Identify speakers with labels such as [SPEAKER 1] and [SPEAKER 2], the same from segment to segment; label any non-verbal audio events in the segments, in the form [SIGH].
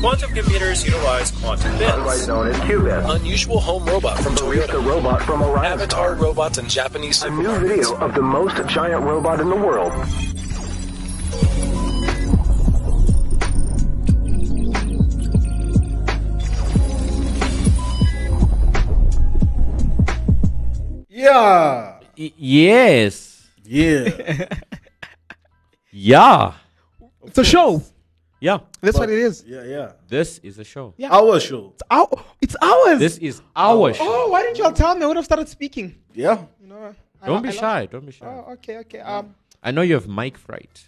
[SPEAKER 1] Quantum computers utilize quantum
[SPEAKER 2] Otherwise
[SPEAKER 1] bits.
[SPEAKER 2] known as Qubit.
[SPEAKER 1] Unusual home robot from
[SPEAKER 2] Released a
[SPEAKER 1] Toyota.
[SPEAKER 2] robot from Orion.
[SPEAKER 1] Avatar robots and Japanese
[SPEAKER 2] A new video
[SPEAKER 1] supermarkets.
[SPEAKER 2] of the most giant robot in the world.
[SPEAKER 3] Yeah.
[SPEAKER 4] Y- yes.
[SPEAKER 5] [LAUGHS]
[SPEAKER 3] Yeah.
[SPEAKER 4] Yeah.
[SPEAKER 5] It's a show.
[SPEAKER 4] Yeah.
[SPEAKER 5] That's what it is.
[SPEAKER 3] yeah, yeah.
[SPEAKER 4] This is a show.
[SPEAKER 5] Yeah.
[SPEAKER 3] Our show.
[SPEAKER 5] It's, our, it's ours.
[SPEAKER 4] This is our show.
[SPEAKER 5] oh, why didn't y'all tell me? I would have started speaking.
[SPEAKER 3] Yeah.
[SPEAKER 5] You know, I-
[SPEAKER 4] Don't
[SPEAKER 5] I-
[SPEAKER 4] be
[SPEAKER 5] I love-
[SPEAKER 4] shy. Don't be shy.
[SPEAKER 5] Oh, okay, okay. Um,
[SPEAKER 4] I know you have mic fright.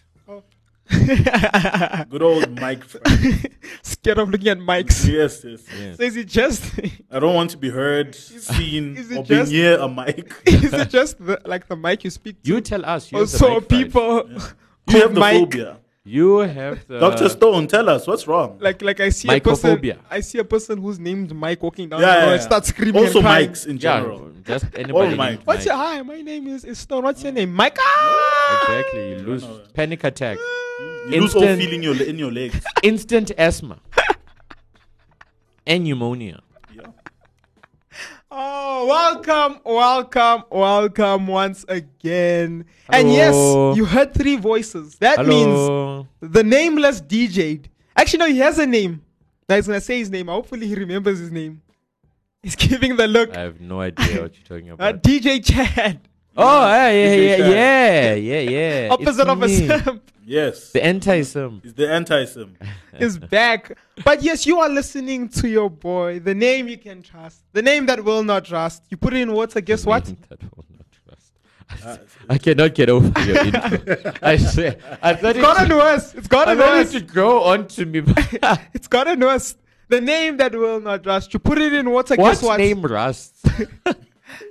[SPEAKER 3] Good old Mike.
[SPEAKER 4] [LAUGHS]
[SPEAKER 3] Frank.
[SPEAKER 5] [LAUGHS] scared of looking at mics.
[SPEAKER 3] yes, yes.
[SPEAKER 5] So [LAUGHS] is it just
[SPEAKER 3] [LAUGHS] I don't want to be heard, seen,
[SPEAKER 5] is it
[SPEAKER 3] or being
[SPEAKER 5] just-
[SPEAKER 3] near a mic.
[SPEAKER 5] [LAUGHS] is
[SPEAKER 3] [LAUGHS]
[SPEAKER 5] it just the, like the mic you speak to?
[SPEAKER 4] You tell us. You
[SPEAKER 5] or
[SPEAKER 4] have the
[SPEAKER 5] so
[SPEAKER 4] mic fright.
[SPEAKER 5] [LAUGHS] people
[SPEAKER 3] You have the
[SPEAKER 5] mic.
[SPEAKER 3] phobia.
[SPEAKER 4] You have the.
[SPEAKER 3] Dr. Stone, tell us what's wrong.
[SPEAKER 5] like like I see a person
[SPEAKER 4] Mycophobia.
[SPEAKER 5] I see a person who's named Mike walking down
[SPEAKER 3] Yeah,
[SPEAKER 5] the road
[SPEAKER 3] yeah,
[SPEAKER 5] and
[SPEAKER 3] yeah.
[SPEAKER 5] start screaming.
[SPEAKER 3] also,
[SPEAKER 5] and crying.
[SPEAKER 3] mics in
[SPEAKER 4] Yeah,
[SPEAKER 3] general.
[SPEAKER 5] [LAUGHS]
[SPEAKER 4] just anybody.
[SPEAKER 3] mic.
[SPEAKER 4] named
[SPEAKER 5] Oh What's
[SPEAKER 4] mic.
[SPEAKER 5] your [LAUGHS] hi? My name is, is Stone. What's your name? Mike. Ah!
[SPEAKER 4] Exactly. You lose panic attack.
[SPEAKER 3] You lose all
[SPEAKER 4] Instant-
[SPEAKER 3] feeling your, in your
[SPEAKER 4] [LAUGHS]
[SPEAKER 3] legs.
[SPEAKER 4] Instant asthma. and pneumonia.
[SPEAKER 3] Yeah.
[SPEAKER 5] Oh, welcome, welcome, welcome once again. And
[SPEAKER 4] Hello.
[SPEAKER 5] yes, you heard three voices. [LAUGHS] That
[SPEAKER 4] Hello.
[SPEAKER 5] means the nameless DJ. 'd. Actually, no, he has a name. Now he's gonna say his name. Hopefully, he remembers his name. He's [LAUGHS] giving the look.
[SPEAKER 4] I have no idea what you're
[SPEAKER 5] [LAUGHS]
[SPEAKER 4] talking
[SPEAKER 5] Uh,
[SPEAKER 4] about.
[SPEAKER 5] DJ Chad,
[SPEAKER 4] oh, yeah, yeah,
[SPEAKER 3] DJ
[SPEAKER 4] yeah,
[SPEAKER 3] Shine.
[SPEAKER 4] yeah, yeah, yeah.
[SPEAKER 5] [LAUGHS] opposite
[SPEAKER 4] It's
[SPEAKER 5] of a
[SPEAKER 4] me. [LAUGHS]
[SPEAKER 5] simp,
[SPEAKER 3] Yes.
[SPEAKER 4] The anti-sim.
[SPEAKER 3] It's the anti-Sim.
[SPEAKER 5] is back. But yes, you are listening to your boy, the name you can trust, the name that will not rust. You put it in water,
[SPEAKER 4] [LAUGHS]
[SPEAKER 5] guess what?
[SPEAKER 4] That will not last. I cannot get over
[SPEAKER 3] [LAUGHS]
[SPEAKER 4] your intro. I swear. I thought
[SPEAKER 5] It's gotten
[SPEAKER 4] it,
[SPEAKER 5] worse. It's
[SPEAKER 4] I
[SPEAKER 5] gotten
[SPEAKER 4] thought it
[SPEAKER 5] worse.
[SPEAKER 4] should grow on to
[SPEAKER 3] [LAUGHS]
[SPEAKER 4] me. but- [LAUGHS]
[SPEAKER 5] It's gotten worse. The name that will not rust. You put it in water.
[SPEAKER 4] what
[SPEAKER 5] guess what?
[SPEAKER 3] [LAUGHS]
[SPEAKER 4] name rusts?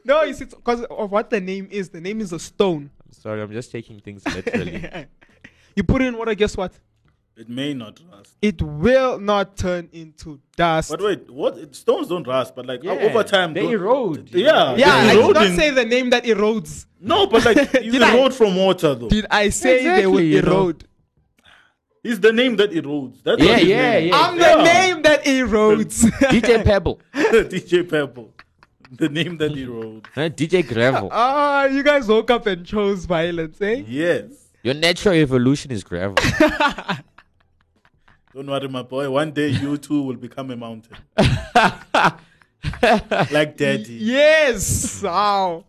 [SPEAKER 5] No, it's because of what the name is. The name is a stone. [LAUGHS]
[SPEAKER 4] Sorry, I'm just taking things literally. [LAUGHS]
[SPEAKER 5] You put it in water. Guess what?
[SPEAKER 3] It may not rust.
[SPEAKER 5] It will not turn into dust.
[SPEAKER 3] But wait, what? it- Stones don't rust, but like uh,
[SPEAKER 4] Yeah,
[SPEAKER 3] over time,
[SPEAKER 4] they
[SPEAKER 3] don't-
[SPEAKER 4] erode.
[SPEAKER 3] Yeah,
[SPEAKER 5] yeah,
[SPEAKER 3] they're
[SPEAKER 5] I did not
[SPEAKER 3] eroding.
[SPEAKER 5] say the name that erodes.
[SPEAKER 3] No, but
[SPEAKER 5] [LAUGHS]
[SPEAKER 3] like it's
[SPEAKER 5] Did I?
[SPEAKER 3] erode from water though.
[SPEAKER 5] Did I say they
[SPEAKER 4] Exactly,
[SPEAKER 5] will
[SPEAKER 4] you know.
[SPEAKER 5] erode?
[SPEAKER 3] It's the name that erodes. That's
[SPEAKER 4] Yeah,
[SPEAKER 3] what his
[SPEAKER 4] yeah,
[SPEAKER 3] name is.
[SPEAKER 4] yeah.
[SPEAKER 5] I'm the
[SPEAKER 3] Yeah.
[SPEAKER 5] name that erodes. [LAUGHS]
[SPEAKER 4] DJ Pebble.
[SPEAKER 3] [LAUGHS] DJ Pebble. The name that erodes.
[SPEAKER 4] Huh, DJ
[SPEAKER 3] [LAUGHS]
[SPEAKER 4] Gravel.
[SPEAKER 5] Ah, you guys woke up and chose violence, eh?
[SPEAKER 3] Yes.
[SPEAKER 4] Your natural evolution is gravel.
[SPEAKER 3] [LAUGHS] Don't worry, my boy. One day you too will become a
[SPEAKER 4] [LAUGHS]
[SPEAKER 3] mountain. like daddy.
[SPEAKER 5] Yes. Wow.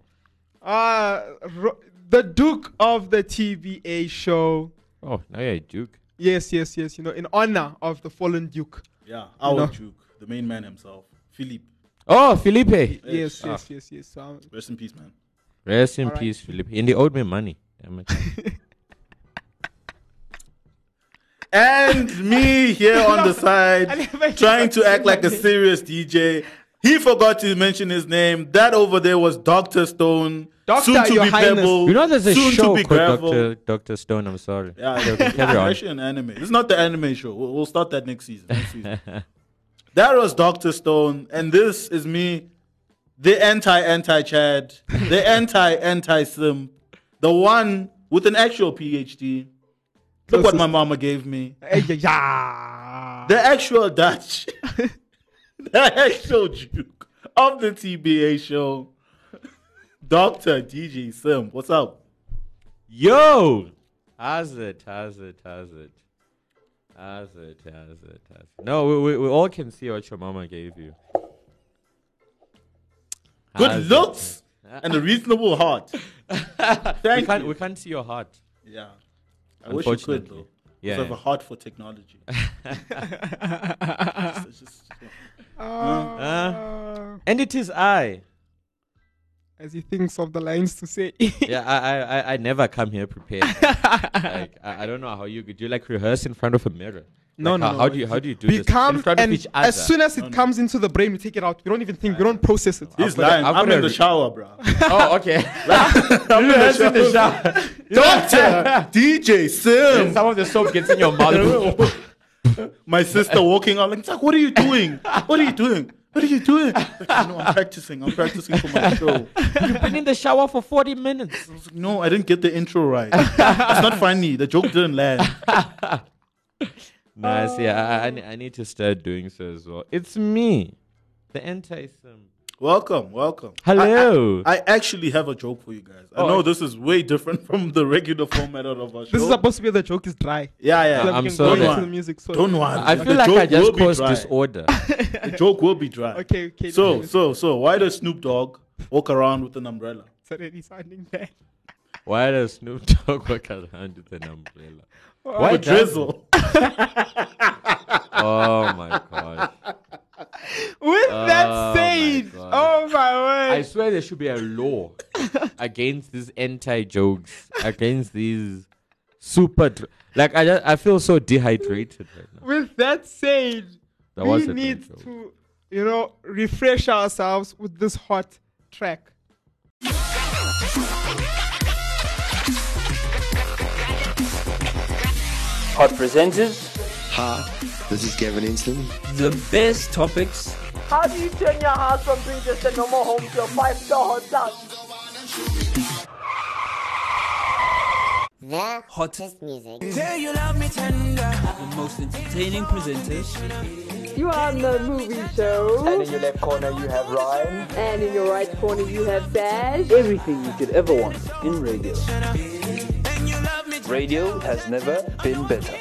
[SPEAKER 5] Uh, ro- the Duke of the TBA show.
[SPEAKER 4] oh, now you're a duke.
[SPEAKER 5] Yes, yes, yes. You know, in honor of the fallen Duke.
[SPEAKER 3] Yeah, our
[SPEAKER 5] No.
[SPEAKER 3] Duke, the main man himself, Philippe.
[SPEAKER 4] Oh, Felipe.
[SPEAKER 5] Yes,
[SPEAKER 4] Ah.
[SPEAKER 5] yes, yes, yes. Um,
[SPEAKER 3] Rest in peace, man.
[SPEAKER 4] Rest in
[SPEAKER 5] Alright.
[SPEAKER 4] peace, Felipe. And they owed me money.
[SPEAKER 3] [LAUGHS]
[SPEAKER 4] Damn it.
[SPEAKER 3] And me here
[SPEAKER 4] [LAUGHS]
[SPEAKER 3] on the side,
[SPEAKER 5] never
[SPEAKER 3] trying to
[SPEAKER 5] even
[SPEAKER 3] act like a serious DJ. He forgot to mention his name. That over there was Doctor Stone,
[SPEAKER 5] Doctor,
[SPEAKER 3] soon to
[SPEAKER 5] Your
[SPEAKER 3] be
[SPEAKER 5] Highness.
[SPEAKER 3] Pebble,
[SPEAKER 4] you know, there's a
[SPEAKER 3] soon to
[SPEAKER 4] show
[SPEAKER 3] be
[SPEAKER 4] called
[SPEAKER 3] Gravel.
[SPEAKER 4] Dr. Dr. Stone. I'm sorry. [LAUGHS]
[SPEAKER 3] Yeah,
[SPEAKER 4] Okay,
[SPEAKER 3] it's
[SPEAKER 4] carry on.
[SPEAKER 3] actually an anime. It's not the anime show. We'll, we'll start that next season. Next season. [LAUGHS] that was Doctor Stone, and this is me, the anti anti Chad, the
[SPEAKER 4] [LAUGHS]
[SPEAKER 3] anti anti Sim, the one with an actual PhD. Look what my mama gave me.
[SPEAKER 5] Ay, ay, ah.
[SPEAKER 3] The actual
[SPEAKER 4] [LAUGHS]
[SPEAKER 3] Dutch, the actual Duke of the TBA show, Doctor DJ Sim. What's up?
[SPEAKER 4] Yo! How's it? How's it? How's it? How's it? How's it? How's it? No, we, we, we all can see what your mama gave you.
[SPEAKER 3] Good
[SPEAKER 4] How's it?
[SPEAKER 3] looks and a reasonable heart.
[SPEAKER 4] [LAUGHS] We
[SPEAKER 3] Thank
[SPEAKER 4] can't,
[SPEAKER 3] you.
[SPEAKER 4] we can't see your heart.
[SPEAKER 3] Yeah. I wish you could,
[SPEAKER 4] Unfortunately.
[SPEAKER 3] though.
[SPEAKER 4] Yeah.
[SPEAKER 3] Yeah. I have a heart for
[SPEAKER 4] [LAUGHS]
[SPEAKER 3] technology. It's just-
[SPEAKER 5] Ah.
[SPEAKER 4] Uh, and it is I.
[SPEAKER 5] As he thinks of the lines to say.
[SPEAKER 4] [LAUGHS] Yeah, I, I, I, I never come here
[SPEAKER 5] [LAUGHS]
[SPEAKER 4] prepared. like, I, I don't know how you could. Do you like rehearse in front of a mirror?
[SPEAKER 5] No,
[SPEAKER 4] Like,
[SPEAKER 5] no,
[SPEAKER 4] how,
[SPEAKER 5] no.
[SPEAKER 4] How do you how do you do
[SPEAKER 5] [LAUGHS] we
[SPEAKER 4] this
[SPEAKER 5] come
[SPEAKER 4] in front
[SPEAKER 5] and
[SPEAKER 4] of each other?
[SPEAKER 5] as soon as it comes into the brain, we take it out. We don't even think. We don't process it.
[SPEAKER 3] He's
[SPEAKER 4] I've got a-
[SPEAKER 3] lying.
[SPEAKER 4] I've
[SPEAKER 3] I'm
[SPEAKER 4] got
[SPEAKER 3] in
[SPEAKER 4] a
[SPEAKER 3] the
[SPEAKER 4] re-
[SPEAKER 3] shower, bro.
[SPEAKER 4] oh,
[SPEAKER 5] [LAUGHS]
[SPEAKER 4] okay.
[SPEAKER 3] [LAUGHS]
[SPEAKER 4] [LAUGHS]
[SPEAKER 3] I'm
[SPEAKER 4] rehearse in the shower.
[SPEAKER 3] Doctor, DJ,
[SPEAKER 4] And
[SPEAKER 3] Sim.
[SPEAKER 4] some of the soap
[SPEAKER 3] [LAUGHS]
[SPEAKER 4] gets in your
[SPEAKER 5] [LAUGHS]
[SPEAKER 4] mouth.
[SPEAKER 3] My sister walking out like, Zach, what are you doing? What are you doing? What are you doing? Like, "You know, I'm practicing. I'm practicing for my show. I
[SPEAKER 4] You've been in the shower for 40 minutes.
[SPEAKER 3] was like, no, I didn't get the intro right. It's not funny. The joke didn't land.
[SPEAKER 4] Nah, see, I,
[SPEAKER 3] Oh.
[SPEAKER 4] I- I, ne- I need to start doing so as well. It's me, the anti Sim.
[SPEAKER 3] Welcome, welcome.
[SPEAKER 4] Hello.
[SPEAKER 3] I, I actually have a joke for you guys. I
[SPEAKER 4] Oh,
[SPEAKER 3] know
[SPEAKER 4] I-
[SPEAKER 3] this is way different [LAUGHS] from the regular format of our show.
[SPEAKER 5] This is supposed to be the joke is dry.
[SPEAKER 3] yeah, yeah.
[SPEAKER 5] So we
[SPEAKER 4] I'm
[SPEAKER 5] can
[SPEAKER 4] sorry.
[SPEAKER 5] go into
[SPEAKER 3] Don't
[SPEAKER 5] the music. So
[SPEAKER 3] Don't worry.
[SPEAKER 4] I
[SPEAKER 3] The
[SPEAKER 4] feel like
[SPEAKER 3] joke
[SPEAKER 4] I
[SPEAKER 3] will
[SPEAKER 4] just
[SPEAKER 3] be
[SPEAKER 4] caused
[SPEAKER 3] dry.
[SPEAKER 4] disorder.
[SPEAKER 3] [LAUGHS] The joke will be dry.
[SPEAKER 5] Okay, okay.
[SPEAKER 3] So,
[SPEAKER 5] it's
[SPEAKER 3] so, so, why does Snoop Dogg walk around with an umbrella?
[SPEAKER 5] already sounding bad.
[SPEAKER 4] Why does Snoop Dogg walk around with an umbrella? Why
[SPEAKER 3] With
[SPEAKER 4] does-
[SPEAKER 3] drizzle. [LAUGHS]
[SPEAKER 4] Oh my gosh.
[SPEAKER 5] With
[SPEAKER 4] Oh,
[SPEAKER 5] that
[SPEAKER 4] my
[SPEAKER 5] said,
[SPEAKER 4] God.
[SPEAKER 5] oh my
[SPEAKER 4] I
[SPEAKER 5] word.
[SPEAKER 4] swear there should be a law against these anti jokes, against these super. Dr- like, I, just, I feel so dehydrated right now.
[SPEAKER 5] With that said,
[SPEAKER 4] That was
[SPEAKER 5] we
[SPEAKER 4] a great
[SPEAKER 5] need
[SPEAKER 4] joke.
[SPEAKER 5] to, you know, refresh ourselves with this hot track.
[SPEAKER 6] Hot presenters.
[SPEAKER 7] Hi, this is Gavin Inslee.
[SPEAKER 6] The best topics.
[SPEAKER 8] How do you turn your house from being just a normal home to a five star hotel?
[SPEAKER 9] The hottest music.
[SPEAKER 6] The most entertaining presenters.
[SPEAKER 8] You are on the movie show.
[SPEAKER 6] And in your left corner you have Ryan.
[SPEAKER 8] And in your right corner, you have Dash.
[SPEAKER 6] Everything you could ever want in radio. Radio has never been better.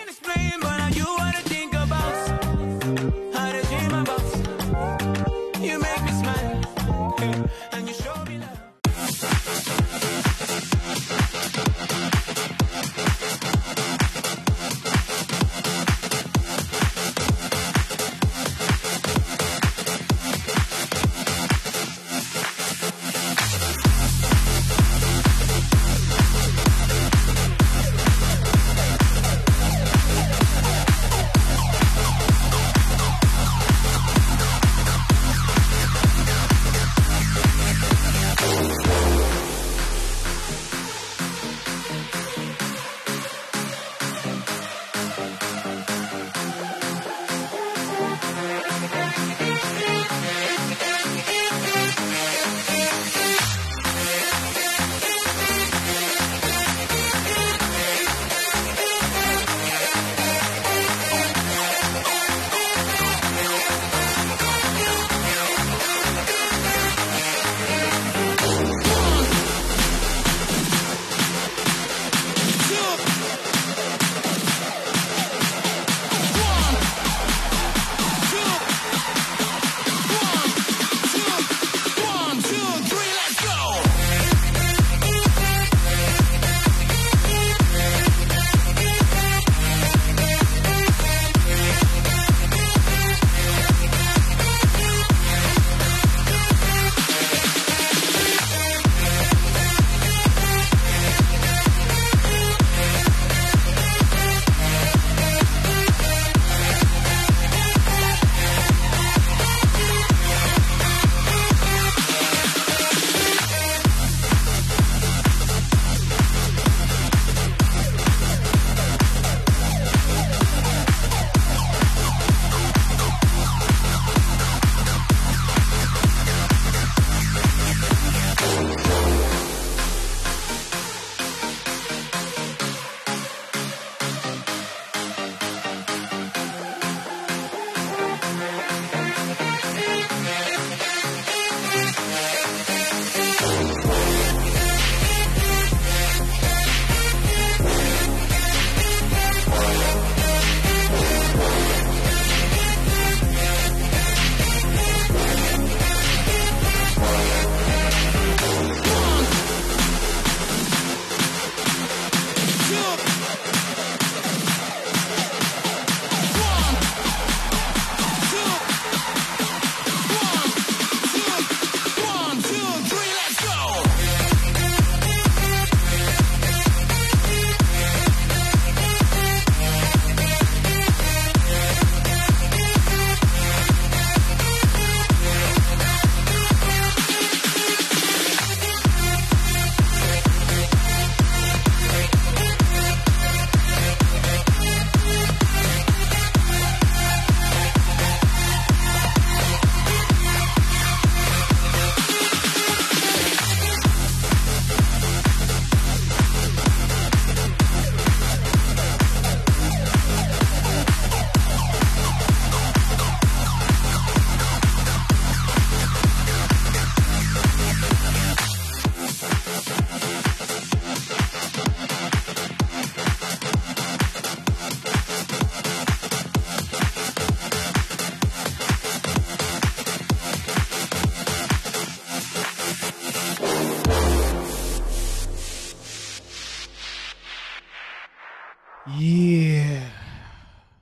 [SPEAKER 5] Yeah.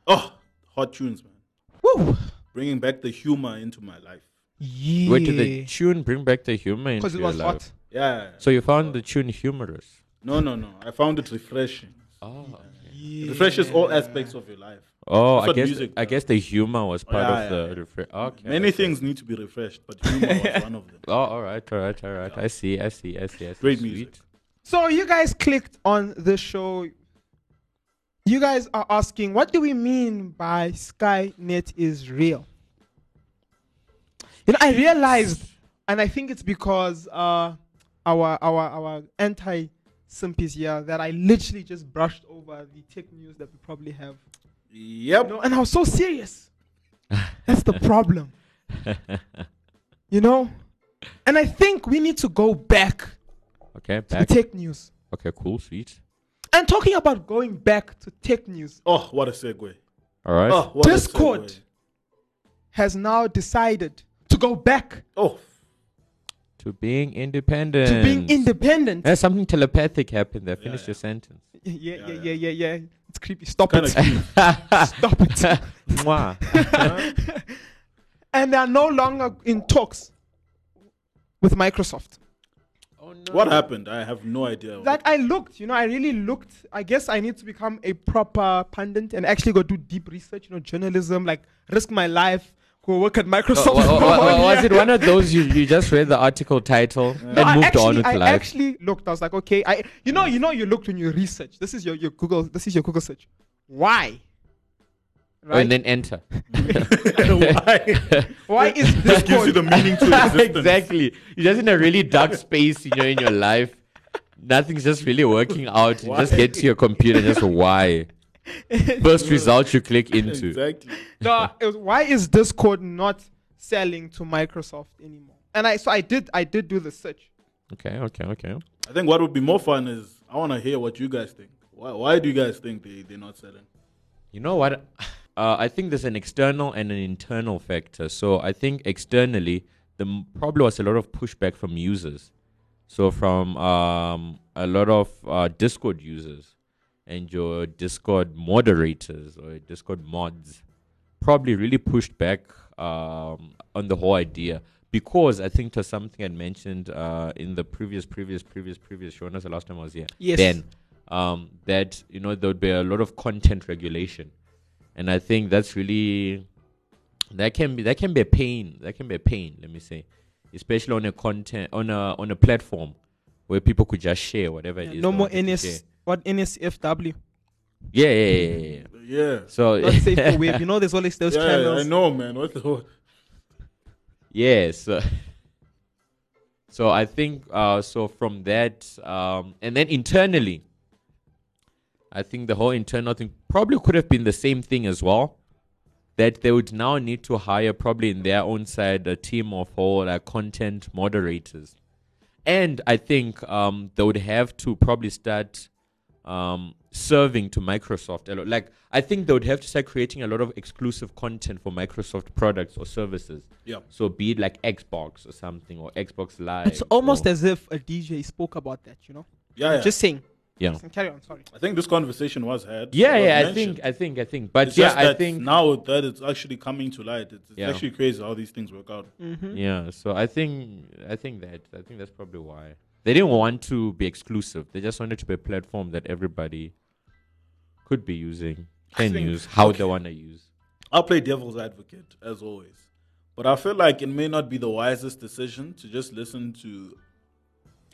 [SPEAKER 3] Oh, hot tunes, man.
[SPEAKER 5] Woo.
[SPEAKER 3] Bringing back the humor into my life.
[SPEAKER 5] Yeah.
[SPEAKER 4] Wait, did the tune bring back the humor into
[SPEAKER 5] Because it
[SPEAKER 4] your
[SPEAKER 5] was
[SPEAKER 4] life?
[SPEAKER 5] hot.
[SPEAKER 3] Yeah.
[SPEAKER 4] So you found the tune humorous?
[SPEAKER 3] No, no, no. I found it refreshing.
[SPEAKER 4] Oh,
[SPEAKER 3] It refreshes all aspects of your life.
[SPEAKER 4] oh
[SPEAKER 3] That's
[SPEAKER 4] I
[SPEAKER 3] what
[SPEAKER 4] guess
[SPEAKER 3] music
[SPEAKER 4] I
[SPEAKER 3] does.
[SPEAKER 4] guess the humor was part
[SPEAKER 3] Yeah,
[SPEAKER 4] of
[SPEAKER 3] yeah,
[SPEAKER 4] the refre- Okay.
[SPEAKER 3] Many
[SPEAKER 4] okay.
[SPEAKER 3] things need to be refreshed, but humor
[SPEAKER 5] [LAUGHS]
[SPEAKER 3] was one of them.
[SPEAKER 4] Oh, all right, all right, all right. I see, I see, I see. I see.
[SPEAKER 3] Great
[SPEAKER 4] Sweet.
[SPEAKER 3] music.
[SPEAKER 5] So you guys clicked on the show. You guys are asking, what do we mean by Skynet is real? You know, I realized, and I think it's because uh, our our our anti simpies here that I literally just brushed over the tech news that we probably have.
[SPEAKER 3] Yep.
[SPEAKER 5] No, and I was so serious. That's the problem. you know? And I think we need to go back
[SPEAKER 4] Okay,
[SPEAKER 5] to
[SPEAKER 4] back.
[SPEAKER 5] the tech news.
[SPEAKER 4] Okay, cool, sweet.
[SPEAKER 5] And talking about going back to tech news,
[SPEAKER 3] Oh, what a segue.
[SPEAKER 4] All right.
[SPEAKER 3] Oh, what a
[SPEAKER 5] Discord.
[SPEAKER 3] segue.
[SPEAKER 5] has now decided to go back
[SPEAKER 3] Oh,
[SPEAKER 4] To being independent.
[SPEAKER 5] to being independent.
[SPEAKER 4] There's something telepathic happened there. Finish
[SPEAKER 3] yeah. [LAUGHS]
[SPEAKER 4] your sentence.
[SPEAKER 5] Yeah, yeah,
[SPEAKER 3] yeah.
[SPEAKER 5] yeah, yeah, yeah. It's creepy. Stop
[SPEAKER 3] kind
[SPEAKER 5] it.
[SPEAKER 3] of cute.
[SPEAKER 5] [LAUGHS] Stop it.
[SPEAKER 4] [LAUGHS] Mwah.
[SPEAKER 3] [LAUGHS]
[SPEAKER 5] [LAUGHS] and they are no longer in talks with Microsoft.
[SPEAKER 3] What happened? I have no idea.
[SPEAKER 5] Like
[SPEAKER 3] [LAUGHS]
[SPEAKER 5] I looked, you know, I really looked. I guess I need to become a proper pundit and actually go do deep research, you know, journalism, like risk my life, go work at
[SPEAKER 4] Wa-
[SPEAKER 5] Microsoft.
[SPEAKER 4] wa-
[SPEAKER 5] for
[SPEAKER 4] wa-
[SPEAKER 5] one
[SPEAKER 4] wa- was
[SPEAKER 5] year.
[SPEAKER 4] it one of those you, you just read the article title
[SPEAKER 5] No,
[SPEAKER 4] and
[SPEAKER 5] I
[SPEAKER 4] moved
[SPEAKER 5] actually,
[SPEAKER 4] on with
[SPEAKER 5] I
[SPEAKER 4] life?
[SPEAKER 5] actually looked. I was like, okay, I you know, you know, you looked when you research. This is your, your Google. This is your Google search. Why?
[SPEAKER 4] Oh,
[SPEAKER 5] Right?
[SPEAKER 4] and then enter. [LAUGHS]
[SPEAKER 3] Why?
[SPEAKER 5] Why is
[SPEAKER 3] this gives you the
[SPEAKER 5] Discord?
[SPEAKER 3] meaning to existence.
[SPEAKER 4] exactly. You're just in a really dark space, you know, in your life. Nothing's just really working out. You just get to your computer, just why? First result you click into.
[SPEAKER 3] Exactly.
[SPEAKER 5] no, it was, why is Discord not selling to Microsoft anymore? And I so I did I did do the search.
[SPEAKER 4] Okay, okay, okay.
[SPEAKER 3] I think what would be more fun is I want to hear what you guys think. Why, why do you guys think they, they're not selling?
[SPEAKER 4] You know what? Uh, I think there's an external and an internal factor. So I think externally, the m- probably was a lot of pushback from users. So from um, a lot of uh, Discord users and your Discord moderators or Discord mods, probably really pushed back um, on the whole idea because I think there's something I'd mentioned uh, in the previous, previous, previous, previous show. Not the last time I was here.
[SPEAKER 5] Yes.
[SPEAKER 4] Then um, that you know there would be a lot of content regulation, and I think that's really that can be that can be a pain. That can be a pain. Let me say, especially on a content on a on a platform where people could just share whatever it is.
[SPEAKER 5] no
[SPEAKER 4] they
[SPEAKER 5] more
[SPEAKER 4] wanted to share.
[SPEAKER 5] NS what NSFW.
[SPEAKER 4] Yeah, yeah, yeah, yeah, yeah.
[SPEAKER 3] Yeah.
[SPEAKER 4] So
[SPEAKER 5] [LAUGHS] Not safe for web. You know, there's always those
[SPEAKER 3] Yeah,
[SPEAKER 5] channels.
[SPEAKER 3] I know, man. What the hell?
[SPEAKER 4] [LAUGHS] Yeah, so, so I think uh, so from that, um, and then internally, I think the whole internal thing probably could have been the same thing as well. That they would now need to hire probably in their own side a team of whole like content moderators, and I think um, they would have to probably start um, serving to Microsoft. a lot. Like I think they would have to start creating a lot of exclusive content for Microsoft products or services.
[SPEAKER 3] Yeah.
[SPEAKER 4] So be it like Xbox or something or Xbox Live.
[SPEAKER 5] It's almost
[SPEAKER 4] or,
[SPEAKER 5] as if a DJ spoke about that, you know?
[SPEAKER 3] Yeah, yeah.
[SPEAKER 5] Just saying.
[SPEAKER 4] yeah.
[SPEAKER 5] Carry on, sorry.
[SPEAKER 3] I think this conversation was had.
[SPEAKER 4] Yeah,
[SPEAKER 3] It was
[SPEAKER 4] yeah. I
[SPEAKER 3] mentioned.
[SPEAKER 4] think, I think, I think. But
[SPEAKER 3] It's
[SPEAKER 4] yeah,
[SPEAKER 3] just
[SPEAKER 4] I
[SPEAKER 3] that
[SPEAKER 4] think
[SPEAKER 3] now that it's actually coming to light, it's, it's
[SPEAKER 4] Yeah.
[SPEAKER 3] actually crazy how these things work out.
[SPEAKER 4] Yeah. So I think, I think that, I think that's probably why they didn't want to be exclusive. They just wanted to be a platform that everybody could be using, can
[SPEAKER 3] think-
[SPEAKER 4] use, how they want to use.
[SPEAKER 3] I'll play devil's advocate as always, but I feel like it may not be the wisest decision to just listen to,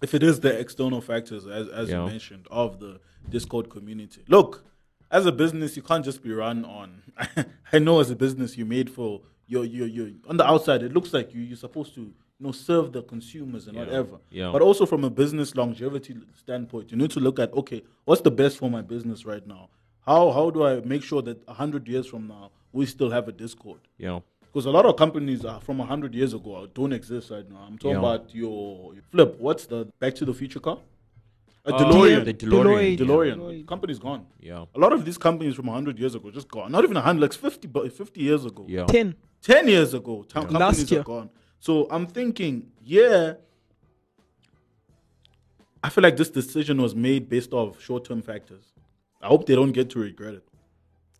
[SPEAKER 3] if it is the external factors as as
[SPEAKER 4] Yeah.
[SPEAKER 3] you mentioned of the Discord community. Look, as a business, you can't just be run on. [LAUGHS] I know as a business, you made for your your your on the outside. It looks like you you're supposed to. You know, serve the consumers and whatever.
[SPEAKER 4] Yeah.
[SPEAKER 3] But also from a business longevity standpoint, you need to look at okay, what's the best for my business right now? How how do I make sure that hundred years from now we still have a Discord?
[SPEAKER 4] You know.
[SPEAKER 3] Because a lot of companies are from hundred years ago don't exist right now. I'm talking
[SPEAKER 4] Yeah.
[SPEAKER 3] about your Flip. What's the Back to the Future car? A
[SPEAKER 4] Uh,
[SPEAKER 3] DeLorean.
[SPEAKER 4] The DeLorean.
[SPEAKER 3] DeLorean. Company's gone.
[SPEAKER 4] Yeah.
[SPEAKER 3] A lot of these companies from hundred years ago just gone. Not even hundred, like 50, bu- 50 years ago.
[SPEAKER 4] Yeah.
[SPEAKER 5] 10.
[SPEAKER 3] 10 years ago, town
[SPEAKER 5] Last
[SPEAKER 3] companies
[SPEAKER 5] year.
[SPEAKER 3] are gone. So I'm thinking, yeah, I feel like this decision was made based off short term factors. I hope they don't get to regret it.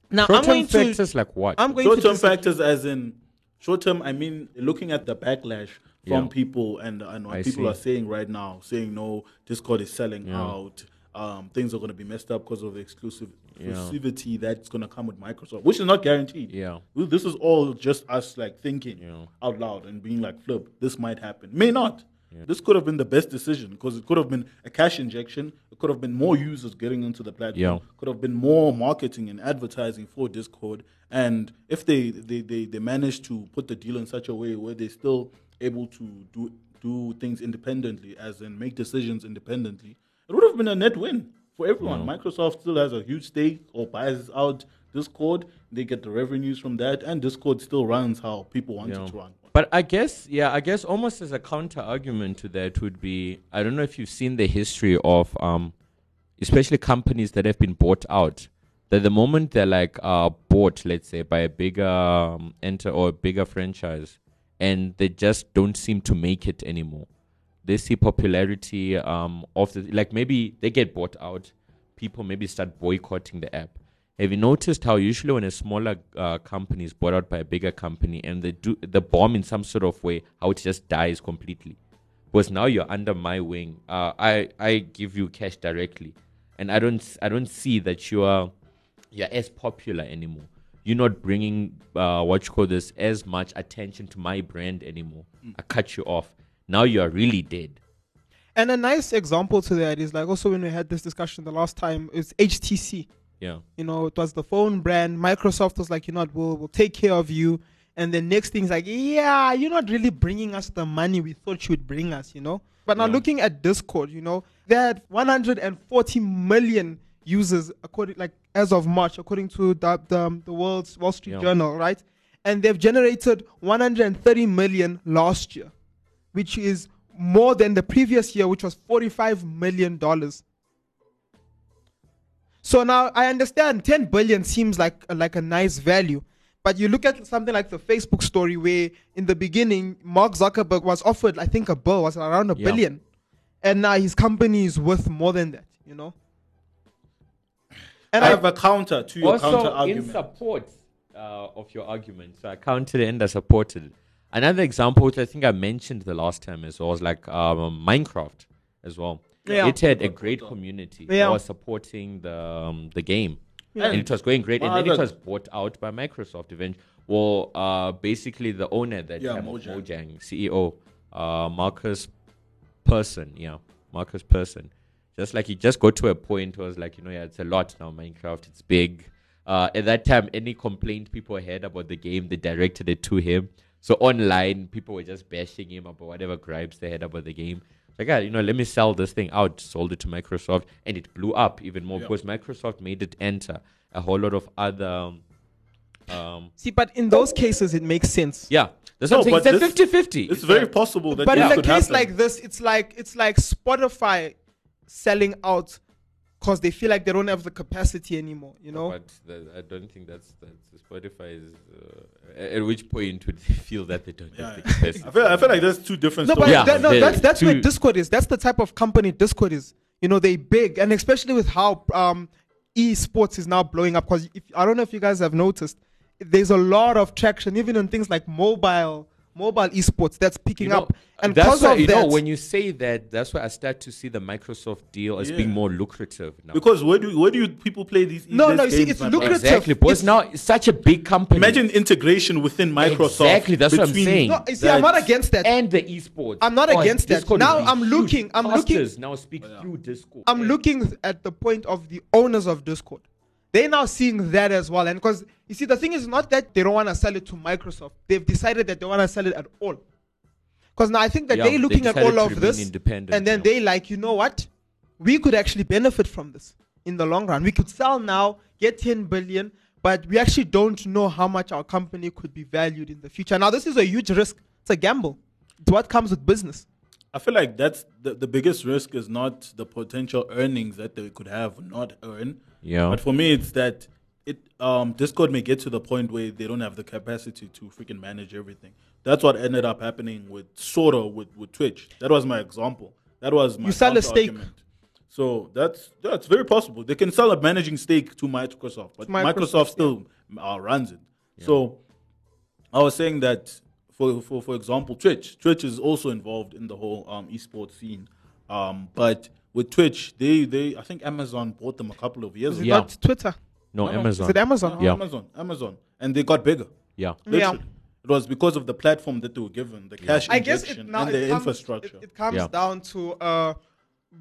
[SPEAKER 5] Now I'm
[SPEAKER 4] Proton
[SPEAKER 5] going to.
[SPEAKER 4] factors like what?
[SPEAKER 5] I'm going
[SPEAKER 3] Short
[SPEAKER 5] to.
[SPEAKER 3] term factors, as in short term, I mean looking at the backlash from
[SPEAKER 4] Yeah.
[SPEAKER 3] people and and what
[SPEAKER 4] I
[SPEAKER 3] people
[SPEAKER 4] see.
[SPEAKER 3] are saying right now, saying no, Discord is selling
[SPEAKER 4] Yeah.
[SPEAKER 3] out. Um, things are going to be messed up because of the exclusive exclusivity that's going to come with Microsoft, which is not guaranteed.
[SPEAKER 4] Yeah.
[SPEAKER 3] Well, this is all just us like thinking
[SPEAKER 4] Yeah.
[SPEAKER 3] out loud and being like, "Flip, this might happen, may not." This could have been the best decision because it could have been a cash injection. It could have been more users getting into the platform
[SPEAKER 4] Yeah.
[SPEAKER 3] could have been more marketing and advertising for Discord. And if they they, they, they manage to put the deal in such a way where they're still able to do do things independently, as in make decisions independently, it would have been a net win for everyone. Microsoft still has a huge stake or buys out Discord, they get the revenues from that, and Discord still runs how people want
[SPEAKER 4] Yeah.
[SPEAKER 3] it to run.
[SPEAKER 4] But I guess, yeah, I guess almost as a counter argument to that would be I don't know if you've seen the history of, um, especially companies that have been bought out. That the moment they're like uh, bought, let's say, by a bigger um, enter or a bigger franchise, and they just don't seem to make it anymore. They see popularity um, of the like maybe they get bought out. People maybe start boycotting the app. Have you noticed how usually when a smaller uh, company is bought out by a bigger company and they do the bomb in some sort of way, how it just dies completely? Because now you're under my wing. Uh, I I give you cash directly, and I don't s- I don't see that you are you're as popular anymore. You're not bringing uh, what you call this as much attention to my brand anymore.
[SPEAKER 3] Mm.
[SPEAKER 4] I cut you off. Now you are really dead.
[SPEAKER 5] And a nice example to that is like also when we had this discussion the last time it's HTC.
[SPEAKER 4] Yeah.
[SPEAKER 5] You know, it was the phone brand. Microsoft was like, you know what, we'll, we'll take care of you. And the next thing's like, yeah, you're not really bringing us the money we thought you would bring us, you know? But now looking at Discord, you know, they had 140 million users, according, like, as of March, according to the, um, the, the World's Wall Street
[SPEAKER 4] Yeah.
[SPEAKER 5] Journal, right? And they've generated 130 million last year, which is more than the previous year, which was $45 million. So now I understand 10 billion seems like like a nice value. But you look at something like the Facebook story where in the beginning Mark Zuckerberg was offered I think a bill was around a
[SPEAKER 4] Yeah.
[SPEAKER 5] billion. And now his company is worth more than that, you know. And
[SPEAKER 3] I
[SPEAKER 5] I,
[SPEAKER 3] have a counter to your counter
[SPEAKER 4] also in
[SPEAKER 3] argument.
[SPEAKER 4] support uh, of your argument. So I counted it and I supported it. Another example, which I think I mentioned the last time as well, was like um, Minecraft as well.
[SPEAKER 5] Yeah.
[SPEAKER 4] It had a great community
[SPEAKER 5] Yeah.
[SPEAKER 4] that was supporting the um, the game, and
[SPEAKER 3] And
[SPEAKER 4] it was going great. And
[SPEAKER 3] my
[SPEAKER 4] then it
[SPEAKER 3] other-
[SPEAKER 4] was bought out by Microsoft eventually. Well, uh, basically the owner at that
[SPEAKER 3] Yeah,
[SPEAKER 4] time, of
[SPEAKER 3] Mojang.
[SPEAKER 4] Mojang CEO uh, Marcus person, yeah, Marcus person. Just like you just got to a point where it's like, you know, yeah, it's a lot now, Minecraft, it's big. Uh, at that time, any complaint people had about the game, they directed it to him. So online, people were just bashing him about whatever gripes they had about the game. Like, ah, you know, let me sell this thing out. Sold it to Microsoft, and it blew up even more because Microsoft made it enter a whole lot of other. um, Um,
[SPEAKER 5] see but in those cases it makes sense.
[SPEAKER 4] yeah, that's
[SPEAKER 3] No,
[SPEAKER 4] what I'm
[SPEAKER 3] but
[SPEAKER 4] saying. It's a
[SPEAKER 3] this-
[SPEAKER 4] 50 50.
[SPEAKER 3] it's very possible that
[SPEAKER 5] But
[SPEAKER 3] this
[SPEAKER 5] in a
[SPEAKER 3] could
[SPEAKER 5] case
[SPEAKER 3] happen.
[SPEAKER 5] like this, it's like it's like Spotify selling out because they feel like they don't have the capacity anymore, you know?
[SPEAKER 4] But the, I don't think that's that's Spotify is. Uh, at- at which point would they feel that they don't
[SPEAKER 3] Yeah,
[SPEAKER 4] have the capacity?
[SPEAKER 5] [LAUGHS]
[SPEAKER 3] I feel, I feel like there's two different
[SPEAKER 5] No, but
[SPEAKER 3] stories.
[SPEAKER 4] Yeah,
[SPEAKER 5] that, no,
[SPEAKER 4] they-
[SPEAKER 5] that's that's where
[SPEAKER 4] two-
[SPEAKER 5] Discord is. That's the type of company Discord is. You know, they big, and especially with how um, esports is now blowing up. Because I don't know if you guys have noticed, there's a lot of traction even in things like mobile mobile esports that's picking
[SPEAKER 4] You know,
[SPEAKER 5] up. And
[SPEAKER 4] that's
[SPEAKER 5] because
[SPEAKER 4] why,
[SPEAKER 5] of
[SPEAKER 4] you
[SPEAKER 5] that,
[SPEAKER 4] know, when you say that, that's why I start to see the Microsoft deal as being
[SPEAKER 3] Yeah.
[SPEAKER 4] more lucrative now.
[SPEAKER 3] Because where do where do you people play these?
[SPEAKER 5] No,
[SPEAKER 3] these
[SPEAKER 5] no, you see,
[SPEAKER 3] games,
[SPEAKER 5] it's
[SPEAKER 3] my brother?
[SPEAKER 5] lucrative.
[SPEAKER 4] exactly, because
[SPEAKER 5] it's-
[SPEAKER 4] now it's such a big company.
[SPEAKER 3] Imagine integration within Microsoft.
[SPEAKER 4] Exactly, that's what I'm
[SPEAKER 3] between-
[SPEAKER 4] saying.
[SPEAKER 5] no, you see, I'm not against that.
[SPEAKER 4] and the esports. Oh,
[SPEAKER 5] I'm not against that.
[SPEAKER 4] Discord
[SPEAKER 5] Now
[SPEAKER 4] would be
[SPEAKER 5] I'm
[SPEAKER 4] huge.
[SPEAKER 5] looking- I'm looking- Oh,
[SPEAKER 4] Casters Now speak through Discord.
[SPEAKER 5] I'm looking at the point of the owners of Discord. They're now seeing that as well. And because you see, the thing is not that they don't want to sell it to Microsoft. They've decided that they want to sell it at all. Because now I think that
[SPEAKER 4] Yeah, they
[SPEAKER 5] they're looking at
[SPEAKER 4] decided to
[SPEAKER 5] all of
[SPEAKER 4] remain
[SPEAKER 5] this.
[SPEAKER 4] independent,
[SPEAKER 5] and then
[SPEAKER 4] yeah.
[SPEAKER 5] they like, you know what? We could actually benefit from this in the long run. We could sell now, get 10 billion, but we actually don't know how much our company could be valued in the future. Now, this is a huge risk. It's a gamble. It's what comes with business.
[SPEAKER 3] I feel like that's the, the biggest risk is not the potential earnings that they could have or not earn.
[SPEAKER 4] Yeah.
[SPEAKER 3] But for me, it's that it um, Discord may get to the point where they don't have the capacity to freaking manage everything. That's what ended up happening with sort of with, with Twitch. That was my example. That was my
[SPEAKER 5] You sell a
[SPEAKER 3] counter
[SPEAKER 5] stake.
[SPEAKER 3] argument. So that's that's very possible. They can sell a managing stake to Microsoft, but
[SPEAKER 5] Microsoft,
[SPEAKER 3] Microsoft, still uh, runs it. So I was saying that for, for for example, Twitch. Twitch is also involved in the whole um, esports scene, um, but with Twitch, they they I think Amazon bought them a couple of years
[SPEAKER 5] Is it
[SPEAKER 3] ago. Uh-huh.
[SPEAKER 4] Yeah.
[SPEAKER 5] not Twitter?
[SPEAKER 4] No, Amazon.
[SPEAKER 5] Is it Amazon?
[SPEAKER 4] Yeah.
[SPEAKER 3] Amazon, Amazon, and they got bigger.
[SPEAKER 4] Yeah.
[SPEAKER 5] Yeah.
[SPEAKER 3] Literally. It was because of the platform that they were given, the cash
[SPEAKER 5] I guess it
[SPEAKER 3] injection,
[SPEAKER 5] now
[SPEAKER 3] and
[SPEAKER 5] it
[SPEAKER 3] the
[SPEAKER 5] comes,
[SPEAKER 3] infrastructure.
[SPEAKER 5] It, it comes
[SPEAKER 4] Yeah.
[SPEAKER 5] down to uh,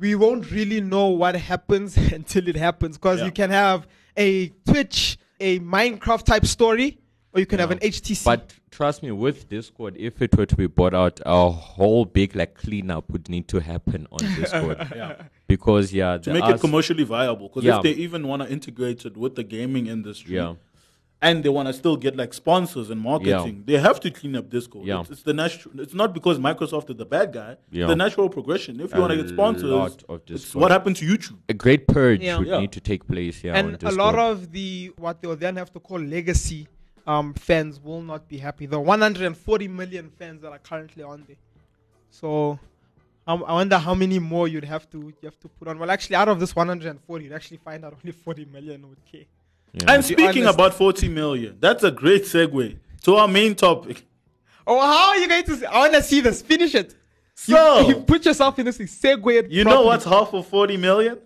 [SPEAKER 5] we won't really know what happens [LAUGHS] until it happens because
[SPEAKER 3] Yeah.
[SPEAKER 5] you can have a Twitch, a Minecraft type story, or you can have an HTC.
[SPEAKER 4] But trust me, with Discord, if it were to be bought out, a whole big like cleanup would need to happen
[SPEAKER 3] [LAUGHS]
[SPEAKER 4] on Discord. yeah. Because yeah,
[SPEAKER 3] to make it commercially viable, because
[SPEAKER 4] Yeah.
[SPEAKER 3] if they even want to integrate it with the gaming industry,
[SPEAKER 4] Yeah.
[SPEAKER 3] and they want to still get like sponsors and marketing, they have to clean up Discord.
[SPEAKER 4] Yeah.
[SPEAKER 3] It's, it's the natural. It's not because Microsoft is the bad guy.
[SPEAKER 4] Yeah.
[SPEAKER 3] It's the natural progression. If you
[SPEAKER 4] A
[SPEAKER 3] want to get sponsors,
[SPEAKER 4] lot of
[SPEAKER 3] it's
[SPEAKER 4] Discord.
[SPEAKER 3] what happened to YouTube.
[SPEAKER 4] A great purge
[SPEAKER 5] Yeah.
[SPEAKER 4] would
[SPEAKER 3] Yeah.
[SPEAKER 4] need to take place. Yeah, on
[SPEAKER 5] and a
[SPEAKER 4] Discord.
[SPEAKER 5] lot of the what they'll then have to call legacy um, fans will not be happy. The 140 million fans that are currently on there. So um, I wonder how many more you'd have to you have to put on. Well, actually, out of this 140, you'd actually find out only 40 million would care.
[SPEAKER 4] Yeah.
[SPEAKER 3] And speaking
[SPEAKER 5] honest-
[SPEAKER 3] about forty million, that's a great segue to our main
[SPEAKER 5] [LAUGHS]
[SPEAKER 3] topic.
[SPEAKER 5] Oh, how are you going to? See? I want to see this. Finish it. You-
[SPEAKER 3] So
[SPEAKER 5] [LAUGHS] you, put yourself in this thing. Segue it.
[SPEAKER 3] You know
[SPEAKER 5] properly.
[SPEAKER 3] what's half of 40 million?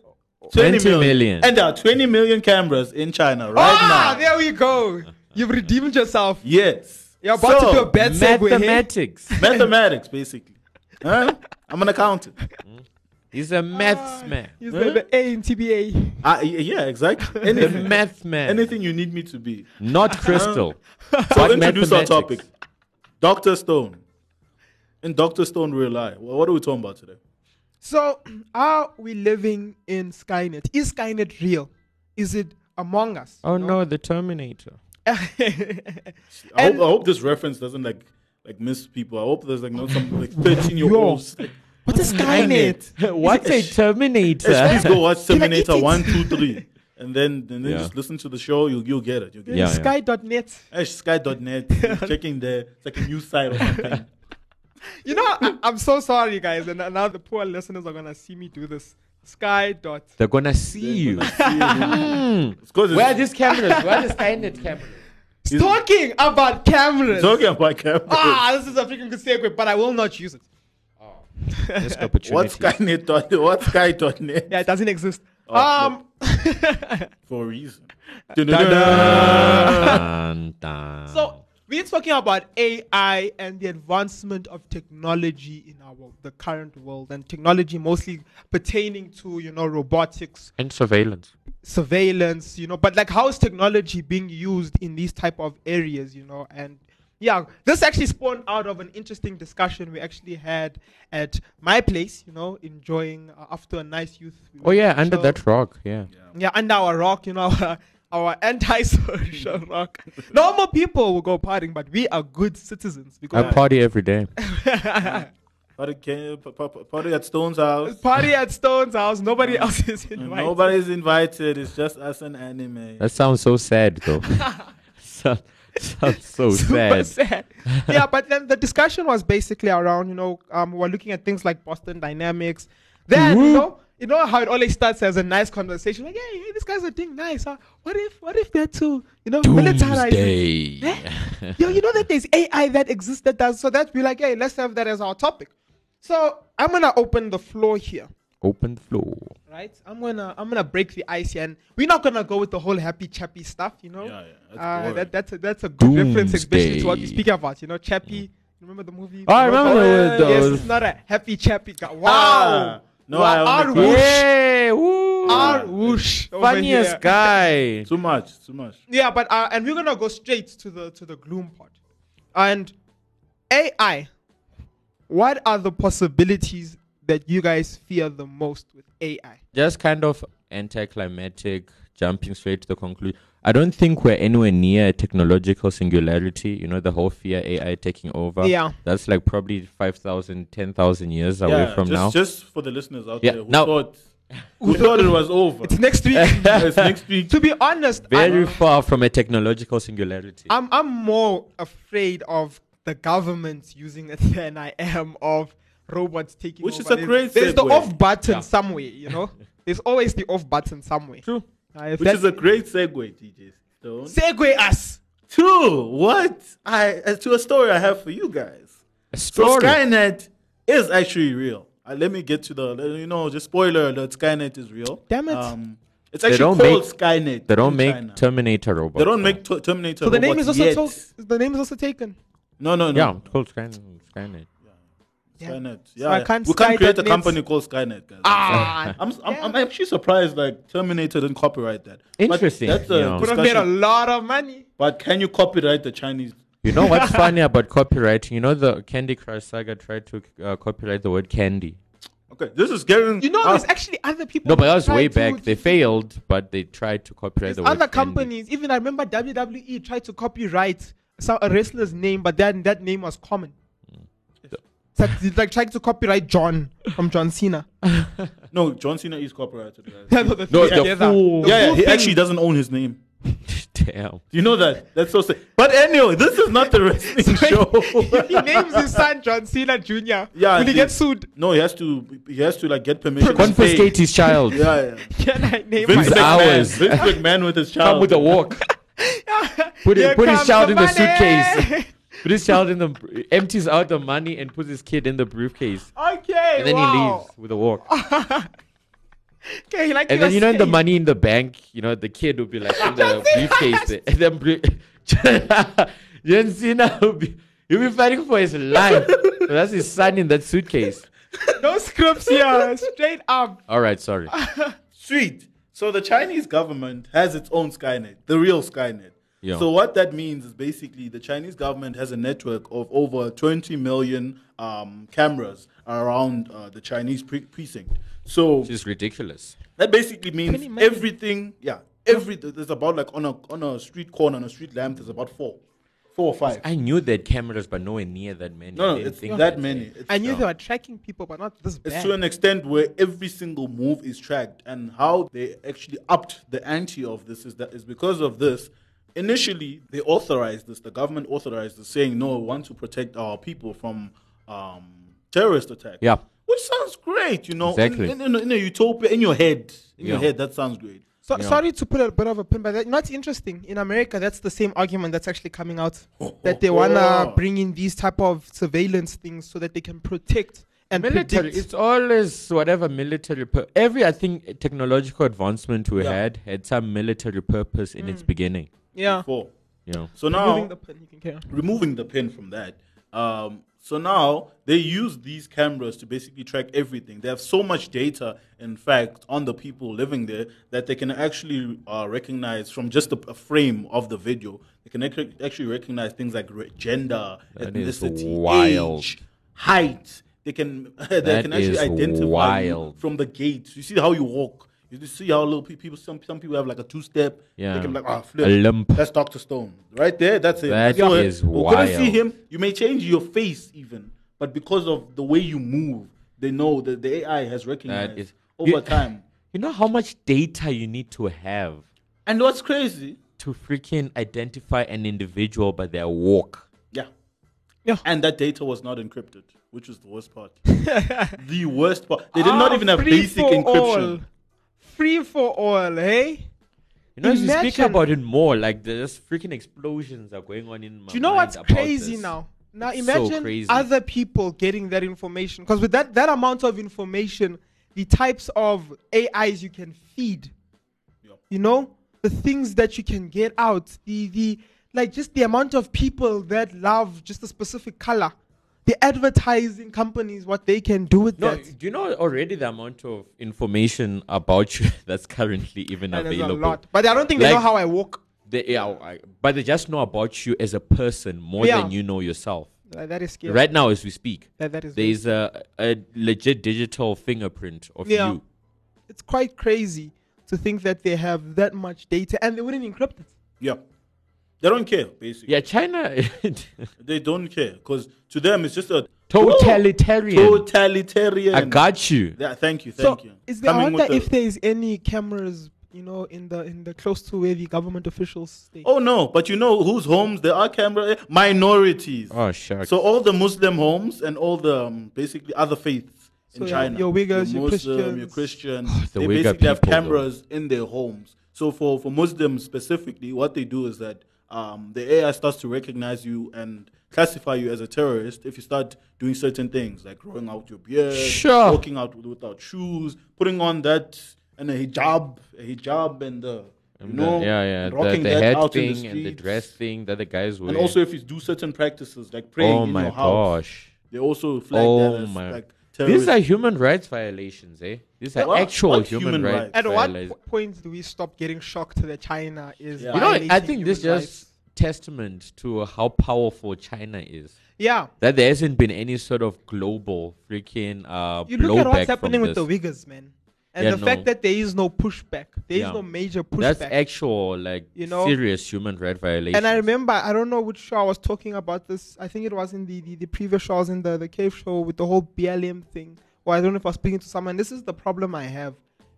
[SPEAKER 4] 20 Oh, million.
[SPEAKER 3] And there are 20 million cameras in China right
[SPEAKER 5] Ah,
[SPEAKER 3] now.
[SPEAKER 5] there we go. You've redeemed yourself.
[SPEAKER 3] Yes.
[SPEAKER 5] You're about
[SPEAKER 3] So,
[SPEAKER 5] to do a bad segue here.
[SPEAKER 4] Mathematics.
[SPEAKER 3] Mathematics, basically. Huh? I'm going to count it.
[SPEAKER 4] He's
[SPEAKER 3] Ah,
[SPEAKER 4] a maths man.
[SPEAKER 5] Use the, the A in TBA.
[SPEAKER 3] I- y- yeah, exactly.
[SPEAKER 5] [LAUGHS]
[SPEAKER 4] The
[SPEAKER 3] Anything,
[SPEAKER 4] math
[SPEAKER 3] [LAUGHS]
[SPEAKER 4] man.
[SPEAKER 3] anything you need me to be.
[SPEAKER 4] Not crystal.
[SPEAKER 3] [LAUGHS] So
[SPEAKER 4] but
[SPEAKER 3] introduce our
[SPEAKER 4] mathematics.
[SPEAKER 3] topic. Dr. Stone. In Dr. Stone Real Life, wha- what are we talking about today?
[SPEAKER 5] So, are we living in Skynet? Is Skynet real? Is it among us?
[SPEAKER 4] Oh
[SPEAKER 5] [LAUGHS]
[SPEAKER 4] no, the Terminator.
[SPEAKER 3] I hope,
[SPEAKER 5] And-
[SPEAKER 3] I hope this reference doesn't like like miss people. I hope there's like not some like 13 year olds.
[SPEAKER 5] What's a [LAUGHS] Skynet?
[SPEAKER 4] What's a Terminator?
[SPEAKER 3] Please go watch
[SPEAKER 5] Did I eat
[SPEAKER 3] Terminator
[SPEAKER 5] it?
[SPEAKER 3] One, Two, Three, And then, and then
[SPEAKER 4] Yeah.
[SPEAKER 3] just listen to the show. You'll, you'll get it. You'll get
[SPEAKER 4] Yeah,
[SPEAKER 3] it.
[SPEAKER 4] yeah.
[SPEAKER 5] Sky.net.
[SPEAKER 3] Ash,
[SPEAKER 5] [LAUGHS]
[SPEAKER 3] Sky.net. you're checking there. It's like a news site or something.
[SPEAKER 5] You know, I, I'm so sorry, guys. And now the poor listeners are going to see me do this. Sky. Dot.
[SPEAKER 4] They're gonna see you. Hmm.
[SPEAKER 3] It's 'cause it's
[SPEAKER 4] Where are these cameras? Where are the Skynet cameras?
[SPEAKER 5] Talking about cameras.
[SPEAKER 3] talking about cameras.
[SPEAKER 5] Ah, this is a freaking good segue, but I will not use it.
[SPEAKER 4] Missed opportunity.
[SPEAKER 3] What's Skynet? dot- What's Sky.net?
[SPEAKER 5] Yeah, it doesn't exist. um,
[SPEAKER 3] Oh, For a reason.
[SPEAKER 4] Dun, dun.
[SPEAKER 5] [LAUGHS] so we're talking about AI and the advancement of technology in our the current world, and technology mostly pertaining to you know robotics,
[SPEAKER 4] and surveillance.
[SPEAKER 5] surveillance, you know. But like, how is technology being used in these type of areas, you know? And yeah, this actually spawned out of an interesting discussion we actually had at my place, you know, enjoying uh, after a nice youth. we
[SPEAKER 4] Oh
[SPEAKER 5] went
[SPEAKER 4] yeah,
[SPEAKER 5] to
[SPEAKER 4] under
[SPEAKER 5] chill.
[SPEAKER 4] that rock. Yeah.
[SPEAKER 5] Yeah, under our rock, you know, our, our anti-social rock. Normal people will go partying, but we are good citizens because
[SPEAKER 4] I party every day.
[SPEAKER 3] Party ca- pa- pa- pa- Party at Stone's house.
[SPEAKER 5] party at Stone's house, nobody else is invited.
[SPEAKER 3] Nobody's invited. It's just us and anime.
[SPEAKER 4] That sounds so sad
[SPEAKER 5] [LAUGHS]
[SPEAKER 4] though. [LAUGHS] so, sounds so
[SPEAKER 5] [LAUGHS] Super
[SPEAKER 4] sad.
[SPEAKER 5] [LAUGHS] sad. yeah, but then the discussion was basically around, you know, um, we we're looking at things like Boston Dynamics. Then, you know, you know how it always starts as a nice conversation, like, hey, hey, this guy's a thing, nice. Huh? What if, what if they're too, you know, militarized?
[SPEAKER 4] Doomsday.
[SPEAKER 5] [LAUGHS] Yo, you know that there's AI that exists that does so that we're like, hey, let's have that as our topic. So I'm gonna open the floor here,
[SPEAKER 4] Open the floor.
[SPEAKER 5] right? I'm gonna I'm gonna break the ice here, and we're not gonna go with the whole happy chappy stuff, you know.
[SPEAKER 3] Yeah, yeah, that's
[SPEAKER 5] uh,
[SPEAKER 3] boring.
[SPEAKER 5] that, that's a, that's a good reference, especially to what you
[SPEAKER 4] Doomsday.
[SPEAKER 5] speak about, you know, chappy. Remember the movie?
[SPEAKER 4] Oh, I remember
[SPEAKER 5] Robot?
[SPEAKER 4] the-
[SPEAKER 5] Yes,
[SPEAKER 4] the-
[SPEAKER 5] it's not a happy chappy guy.
[SPEAKER 3] Ah,
[SPEAKER 5] Wow.
[SPEAKER 3] no,
[SPEAKER 5] Wow,
[SPEAKER 3] I only cried.
[SPEAKER 5] our whoosh,
[SPEAKER 4] Hey, woo.
[SPEAKER 5] our whoosh over
[SPEAKER 4] funniest
[SPEAKER 5] here. [LAUGHS]
[SPEAKER 4] guy.
[SPEAKER 3] Too much. Too much.
[SPEAKER 5] Yeah, but uh, and we're gonna go straight to the to the gloom part. And AI, what are the possibilities that you guys fear the most with AI?
[SPEAKER 4] Just kind of anticlimactic, jumping straight to the conclusion. I don't think we're anywhere near a technological singularity. You know, the whole fear AI taking over.
[SPEAKER 5] Yeah.
[SPEAKER 4] That's like probably 5,000, 10,000 years away
[SPEAKER 3] Yeah,
[SPEAKER 4] from
[SPEAKER 3] just,
[SPEAKER 4] now.
[SPEAKER 3] just for the listeners out
[SPEAKER 4] Yeah,
[SPEAKER 3] there who
[SPEAKER 4] now-
[SPEAKER 3] thought
[SPEAKER 5] [LAUGHS]
[SPEAKER 3] who thought it was over.
[SPEAKER 5] It's next
[SPEAKER 3] [LAUGHS]
[SPEAKER 5] week.
[SPEAKER 3] It's next
[SPEAKER 5] [LAUGHS]
[SPEAKER 3] week.
[SPEAKER 5] to be honest,
[SPEAKER 4] Very
[SPEAKER 5] I'm,
[SPEAKER 4] far from a technological singularity.
[SPEAKER 5] I'm I'm more afraid of the government using [LAUGHS] it than I am of robots taking
[SPEAKER 3] Which is
[SPEAKER 5] over.
[SPEAKER 3] a great
[SPEAKER 5] There's the
[SPEAKER 3] segue. [LAUGHS]
[SPEAKER 5] off button somewhere, you know. There's always the off button somewhere.
[SPEAKER 4] True.
[SPEAKER 5] Uh, if
[SPEAKER 3] Which
[SPEAKER 5] that-
[SPEAKER 3] is a great segue, DJ Stone.
[SPEAKER 5] segue us.
[SPEAKER 3] to what I as to a story I have for you guys.
[SPEAKER 4] A
[SPEAKER 3] So
[SPEAKER 4] story.
[SPEAKER 3] Skynet is actually real. Uh, let me get to the let- you know just spoiler alert. Skynet is real.
[SPEAKER 5] Damn it.
[SPEAKER 3] Um, it's actually
[SPEAKER 4] don't
[SPEAKER 3] called
[SPEAKER 4] make-
[SPEAKER 3] Skynet.
[SPEAKER 4] they don't
[SPEAKER 3] in
[SPEAKER 4] make
[SPEAKER 3] China.
[SPEAKER 4] Terminator robots.
[SPEAKER 3] they don't
[SPEAKER 4] though.
[SPEAKER 3] make t- Terminator.
[SPEAKER 5] So the name is
[SPEAKER 3] robots
[SPEAKER 5] also
[SPEAKER 3] yet.
[SPEAKER 5] to- the name is also taken.
[SPEAKER 3] no no no.
[SPEAKER 4] Yeah, it's called Skynet. Skynet.
[SPEAKER 3] Skynet.
[SPEAKER 5] So
[SPEAKER 3] Yeah,
[SPEAKER 5] I
[SPEAKER 3] yeah.
[SPEAKER 5] can't
[SPEAKER 3] we can't
[SPEAKER 5] Skynet
[SPEAKER 3] create a
[SPEAKER 5] means-
[SPEAKER 3] company called Skynet, guys.
[SPEAKER 5] Ah,
[SPEAKER 3] I'm, I'm, I'm actually surprised like Terminator didn't copyright that. But
[SPEAKER 4] Interesting,
[SPEAKER 3] that's a
[SPEAKER 4] you know.
[SPEAKER 5] would have made a
[SPEAKER 3] discussion.
[SPEAKER 5] lot of money.
[SPEAKER 3] But can you copyright the Chinese?
[SPEAKER 4] You know what's funny about copywriting? You know the Candy Crush Saga tried to uh, copyright the word candy.
[SPEAKER 3] Okay, this is getting
[SPEAKER 5] You know,
[SPEAKER 3] out-
[SPEAKER 5] there's actually other people.
[SPEAKER 4] Ah. No, but that
[SPEAKER 5] who
[SPEAKER 4] was way
[SPEAKER 5] tried to-
[SPEAKER 4] back. They failed, but they tried to copyright
[SPEAKER 5] There's
[SPEAKER 4] the word
[SPEAKER 5] other
[SPEAKER 4] candy.
[SPEAKER 5] companies. Even I remember WWE tried to copyright some a wrestler's name, but then that name was common. It's like, it's like trying to copyright John from John Cena. [LAUGHS]
[SPEAKER 3] no John Cena is copyrighted. Guys.
[SPEAKER 5] no, [LAUGHS] the
[SPEAKER 4] No,
[SPEAKER 5] three
[SPEAKER 4] the
[SPEAKER 5] together.
[SPEAKER 4] full-
[SPEAKER 5] The
[SPEAKER 3] yeah, yeah,
[SPEAKER 5] full
[SPEAKER 3] he
[SPEAKER 5] thing.
[SPEAKER 3] actually doesn't own his name.
[SPEAKER 4] [LAUGHS] Damn.
[SPEAKER 3] You know that? That's so sad. But anyway, this is not the wrestling
[SPEAKER 4] [LAUGHS]
[SPEAKER 5] if he
[SPEAKER 3] show.
[SPEAKER 5] names his son John Cena Jr.,
[SPEAKER 3] Yeah,
[SPEAKER 5] will he
[SPEAKER 3] the-
[SPEAKER 5] get sued? [LAUGHS]
[SPEAKER 3] no, he has to. He has to like get permission. to
[SPEAKER 4] Confiscate
[SPEAKER 3] pay.
[SPEAKER 4] his child.
[SPEAKER 3] Yeah, yeah.
[SPEAKER 5] Can I name
[SPEAKER 3] Vince
[SPEAKER 5] my
[SPEAKER 4] It's
[SPEAKER 3] McMahon.
[SPEAKER 4] ours.
[SPEAKER 3] Vince McMahon with his child.
[SPEAKER 4] [LAUGHS] Come with a walk.
[SPEAKER 5] [LAUGHS]
[SPEAKER 4] put it,
[SPEAKER 5] Here
[SPEAKER 4] put his
[SPEAKER 5] comes
[SPEAKER 4] child
[SPEAKER 5] the
[SPEAKER 4] in the
[SPEAKER 5] money.
[SPEAKER 4] suitcase. Put his child in the empties out the money and puts his kid in the briefcase.
[SPEAKER 5] [LAUGHS] Okay,
[SPEAKER 4] And then he
[SPEAKER 5] wow.
[SPEAKER 4] leaves with a walk.
[SPEAKER 5] Okay, he like
[SPEAKER 4] And
[SPEAKER 5] you
[SPEAKER 4] then you know in the
[SPEAKER 5] saying.
[SPEAKER 4] money in the bank, you know the kid will be like in the briefcase, there. and then bri- [LAUGHS] John Cena will be he'll be fighting for his life. But that's his son in that suitcase.
[SPEAKER 5] No scripts here, straight up.
[SPEAKER 4] All right,
[SPEAKER 3] [LAUGHS]
[SPEAKER 4] sorry.
[SPEAKER 3] Sweet. So the Chinese government has its own Skynet, the real Skynet.
[SPEAKER 4] Yeah.
[SPEAKER 3] So what that means is basically the Chinese government has a network of over 20 million um, cameras around uh, the Chinese pre- precinct. So
[SPEAKER 4] Which is ridiculous.
[SPEAKER 3] That basically means
[SPEAKER 5] Pretty much.
[SPEAKER 3] everything. Yeah, every there's about like on a on a street corner on a street lamp. There's about four, four or five.
[SPEAKER 4] I knew they had cameras, but nowhere near that many. I
[SPEAKER 3] no, no,
[SPEAKER 4] didn't
[SPEAKER 3] it's
[SPEAKER 4] think
[SPEAKER 3] that
[SPEAKER 4] that
[SPEAKER 3] many.
[SPEAKER 4] way.
[SPEAKER 3] It's,
[SPEAKER 5] I knew they were tracking people, but not this
[SPEAKER 3] it's
[SPEAKER 5] bad.
[SPEAKER 3] to an extent where every single move is tracked, and how they actually upped the ante of this is that is because of this. Initially, they authorized this. The government authorized this, saying, "No, we want to protect our people from um, terrorist attack."
[SPEAKER 4] Yeah.
[SPEAKER 3] which sounds great, you know. in-
[SPEAKER 4] Exactly.
[SPEAKER 3] In, in, in a utopia, in your head, in your
[SPEAKER 4] Yeah.
[SPEAKER 3] head, that sounds great.
[SPEAKER 5] So, Sorry to put a bit of a pin, but that, you know, it's interesting. In America, that's the same argument that's actually coming out that they
[SPEAKER 3] Oh.
[SPEAKER 5] wanna bring in these type of surveillance things so that they can protect and
[SPEAKER 4] military
[SPEAKER 5] predict.
[SPEAKER 4] it's always whatever military pur- every i think technological advancement we
[SPEAKER 3] Yeah.
[SPEAKER 4] had had some military purpose in its beginning
[SPEAKER 5] yeah.
[SPEAKER 3] Four.
[SPEAKER 4] you know
[SPEAKER 3] So now
[SPEAKER 5] Moving the pin, you can carry on.
[SPEAKER 3] removing the pin from that. Um, so now they use these cameras to basically track everything. They have so much data, in fact, on the people living there that they can actually uh, recognize from just a, a frame of the video. They can ac- actually recognize things like re- gender,
[SPEAKER 4] That is
[SPEAKER 3] ethnicity,
[SPEAKER 4] wild.
[SPEAKER 3] age, height. They can [LAUGHS] they
[SPEAKER 4] That
[SPEAKER 3] can actually
[SPEAKER 4] is
[SPEAKER 3] identify you
[SPEAKER 4] wild.
[SPEAKER 3] from the gait. You see how you walk. You see how little pe- people. Some some people have like a two step.
[SPEAKER 4] Yeah.
[SPEAKER 3] They can be like ah
[SPEAKER 4] a
[SPEAKER 3] flip.
[SPEAKER 4] limp
[SPEAKER 3] That's Doctor Stone, right there. That's it.
[SPEAKER 4] That
[SPEAKER 3] That's all it.
[SPEAKER 4] is
[SPEAKER 3] We couldn't see
[SPEAKER 4] wild.
[SPEAKER 3] him. You may change your face even, but because of the way you move, they know that the AI has recognized
[SPEAKER 4] That is-
[SPEAKER 3] over
[SPEAKER 4] You-
[SPEAKER 3] time.
[SPEAKER 4] you know how much data you need to have
[SPEAKER 3] And what's crazy?
[SPEAKER 4] to freaking identify an individual by their walk
[SPEAKER 3] Yeah.
[SPEAKER 5] Yeah.
[SPEAKER 3] And that data was not encrypted, which was the worst
[SPEAKER 5] [LAUGHS]
[SPEAKER 3] part. the worst part. They did not
[SPEAKER 5] Ah,
[SPEAKER 3] even have
[SPEAKER 5] free
[SPEAKER 3] basic
[SPEAKER 5] for
[SPEAKER 3] encryption.
[SPEAKER 5] all. Free for all, hey?
[SPEAKER 4] you know as you speak
[SPEAKER 5] Imagine-
[SPEAKER 4] about it more like there's freaking explosions are going on in my
[SPEAKER 5] Do you know
[SPEAKER 4] mind
[SPEAKER 5] what's
[SPEAKER 4] about
[SPEAKER 5] crazy
[SPEAKER 4] this.
[SPEAKER 5] now? Now
[SPEAKER 4] It's so
[SPEAKER 5] imagine
[SPEAKER 4] crazy.
[SPEAKER 5] other people getting that information. Because with that, that amount of information, the types of AIs you can feed,
[SPEAKER 3] Yeah.
[SPEAKER 5] you know, the things that you can get out, the the like just the amount of people that love just a specific color, the advertising companies, what they can do with
[SPEAKER 4] no,
[SPEAKER 5] that.
[SPEAKER 4] do you know already the amount of information about you [LAUGHS] that's currently even
[SPEAKER 5] And there's a
[SPEAKER 4] available?
[SPEAKER 5] lot. But I don't think they know
[SPEAKER 4] Like-
[SPEAKER 5] how I walk.
[SPEAKER 4] They, yeah, I- but they just know about you as a person more
[SPEAKER 5] Yeah.
[SPEAKER 4] than you know yourself.
[SPEAKER 5] Uh, that is scary.
[SPEAKER 4] Right now, as we speak,
[SPEAKER 5] That, that is
[SPEAKER 4] there's a, a legit digital fingerprint of
[SPEAKER 5] Yeah.
[SPEAKER 4] you.
[SPEAKER 5] it's quite crazy to think that they have that much data and they wouldn't encrypt it.
[SPEAKER 3] Yeah. They don't care, basically.
[SPEAKER 4] Yeah, China [LAUGHS]
[SPEAKER 3] They don't care because to them it's just a
[SPEAKER 4] totalitarian.
[SPEAKER 3] totalitarian.
[SPEAKER 4] I got you.
[SPEAKER 3] Yeah, thank you,
[SPEAKER 5] So
[SPEAKER 3] thank you.
[SPEAKER 5] is there, I
[SPEAKER 3] Coming
[SPEAKER 5] wonder
[SPEAKER 3] with the-
[SPEAKER 5] if there is any cameras, you know, in the in the close to where the government officials stay.
[SPEAKER 3] Oh no, but you know whose homes there are camera minorities.
[SPEAKER 4] Oh, shucks.
[SPEAKER 3] So all the Muslim homes and all the um, basically other faiths in
[SPEAKER 5] So your-
[SPEAKER 3] China.
[SPEAKER 5] your Uyghurs, your
[SPEAKER 3] Muslim, your
[SPEAKER 5] Christians.
[SPEAKER 3] Christian,
[SPEAKER 4] [SIGHS] the
[SPEAKER 3] they
[SPEAKER 4] Uyghur
[SPEAKER 3] basically have
[SPEAKER 4] people, though.
[SPEAKER 3] cameras in their homes. So for, for Muslims specifically, what they do is that um, the AI starts to recognize you and classify you as a terrorist if you start doing certain things like growing out your beard,
[SPEAKER 4] Sure.
[SPEAKER 3] walking out without shoes, putting on that and a hijab, a hijab and the you
[SPEAKER 4] And the-
[SPEAKER 3] know,
[SPEAKER 4] yeah, yeah.
[SPEAKER 3] and
[SPEAKER 4] The,
[SPEAKER 3] rocking
[SPEAKER 4] the
[SPEAKER 3] that
[SPEAKER 4] head
[SPEAKER 3] out in
[SPEAKER 4] thing
[SPEAKER 3] the
[SPEAKER 4] and the
[SPEAKER 3] streets.
[SPEAKER 4] dress thing that the guys wear.
[SPEAKER 3] And also, if you do certain practices like praying
[SPEAKER 4] oh
[SPEAKER 3] in
[SPEAKER 4] my
[SPEAKER 3] your house,
[SPEAKER 4] gosh.
[SPEAKER 3] they also flag
[SPEAKER 4] Oh
[SPEAKER 3] that as
[SPEAKER 4] my.
[SPEAKER 3] like terrorist.
[SPEAKER 4] These are human rights violations, eh? These are
[SPEAKER 3] What-
[SPEAKER 4] actual
[SPEAKER 3] what
[SPEAKER 4] human,
[SPEAKER 3] human
[SPEAKER 4] rights.
[SPEAKER 3] rights?
[SPEAKER 5] At what
[SPEAKER 4] violations.
[SPEAKER 5] po- point do we stop getting shocked that China is?
[SPEAKER 3] Yeah.
[SPEAKER 4] You know, I
[SPEAKER 5] violating
[SPEAKER 4] think this
[SPEAKER 5] human
[SPEAKER 4] just
[SPEAKER 5] rights?
[SPEAKER 4] testament to how powerful China is.
[SPEAKER 5] Yeah.
[SPEAKER 4] That there hasn't been any sort of global freaking uh,
[SPEAKER 5] You look
[SPEAKER 4] blowback
[SPEAKER 5] at what's happening
[SPEAKER 4] from
[SPEAKER 5] with
[SPEAKER 4] this.
[SPEAKER 5] the Uyghurs, man, and
[SPEAKER 4] Yeah,
[SPEAKER 5] the
[SPEAKER 4] no.
[SPEAKER 5] fact that there is no pushback, there is
[SPEAKER 4] Yeah.
[SPEAKER 5] no major pushback.
[SPEAKER 4] That's actual, like,
[SPEAKER 5] You know?
[SPEAKER 4] serious human right violations.
[SPEAKER 5] And I remember, I don't know which show I was talking about this. I think it was in the, the, the previous show, I was in the, the cave show with the whole BLM thing. Or I don't know if I was speaking to someone. This is the problem I have.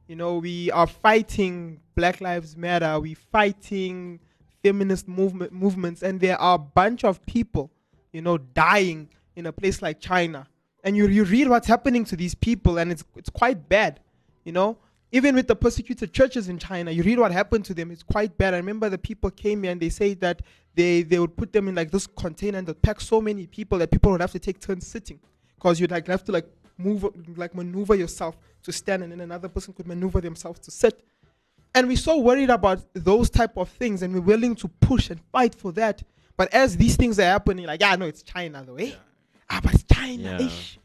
[SPEAKER 5] You know, we are fighting Black Lives Matter, we fighting feminist movement movements, and there are a bunch of people, you know, dying in a place like China. And you, you read what's happening to these people, and it's, it's quite bad, you know even with the persecuted churches in China, you read what happened to them. It's quite bad. I remember the people came here and they say that they, they would put them in like this container and they'd pack so many people that people would have to take turns sitting because you'd like have to like move like maneuver yourself to stand and then another person could maneuver themselves to sit. And we're so worried about those type of things and we're willing to push and fight for that. But as these things are happening, like, yeah, no, it's China though, eh? Ah, but it's China,
[SPEAKER 4] Yeah.
[SPEAKER 5] ish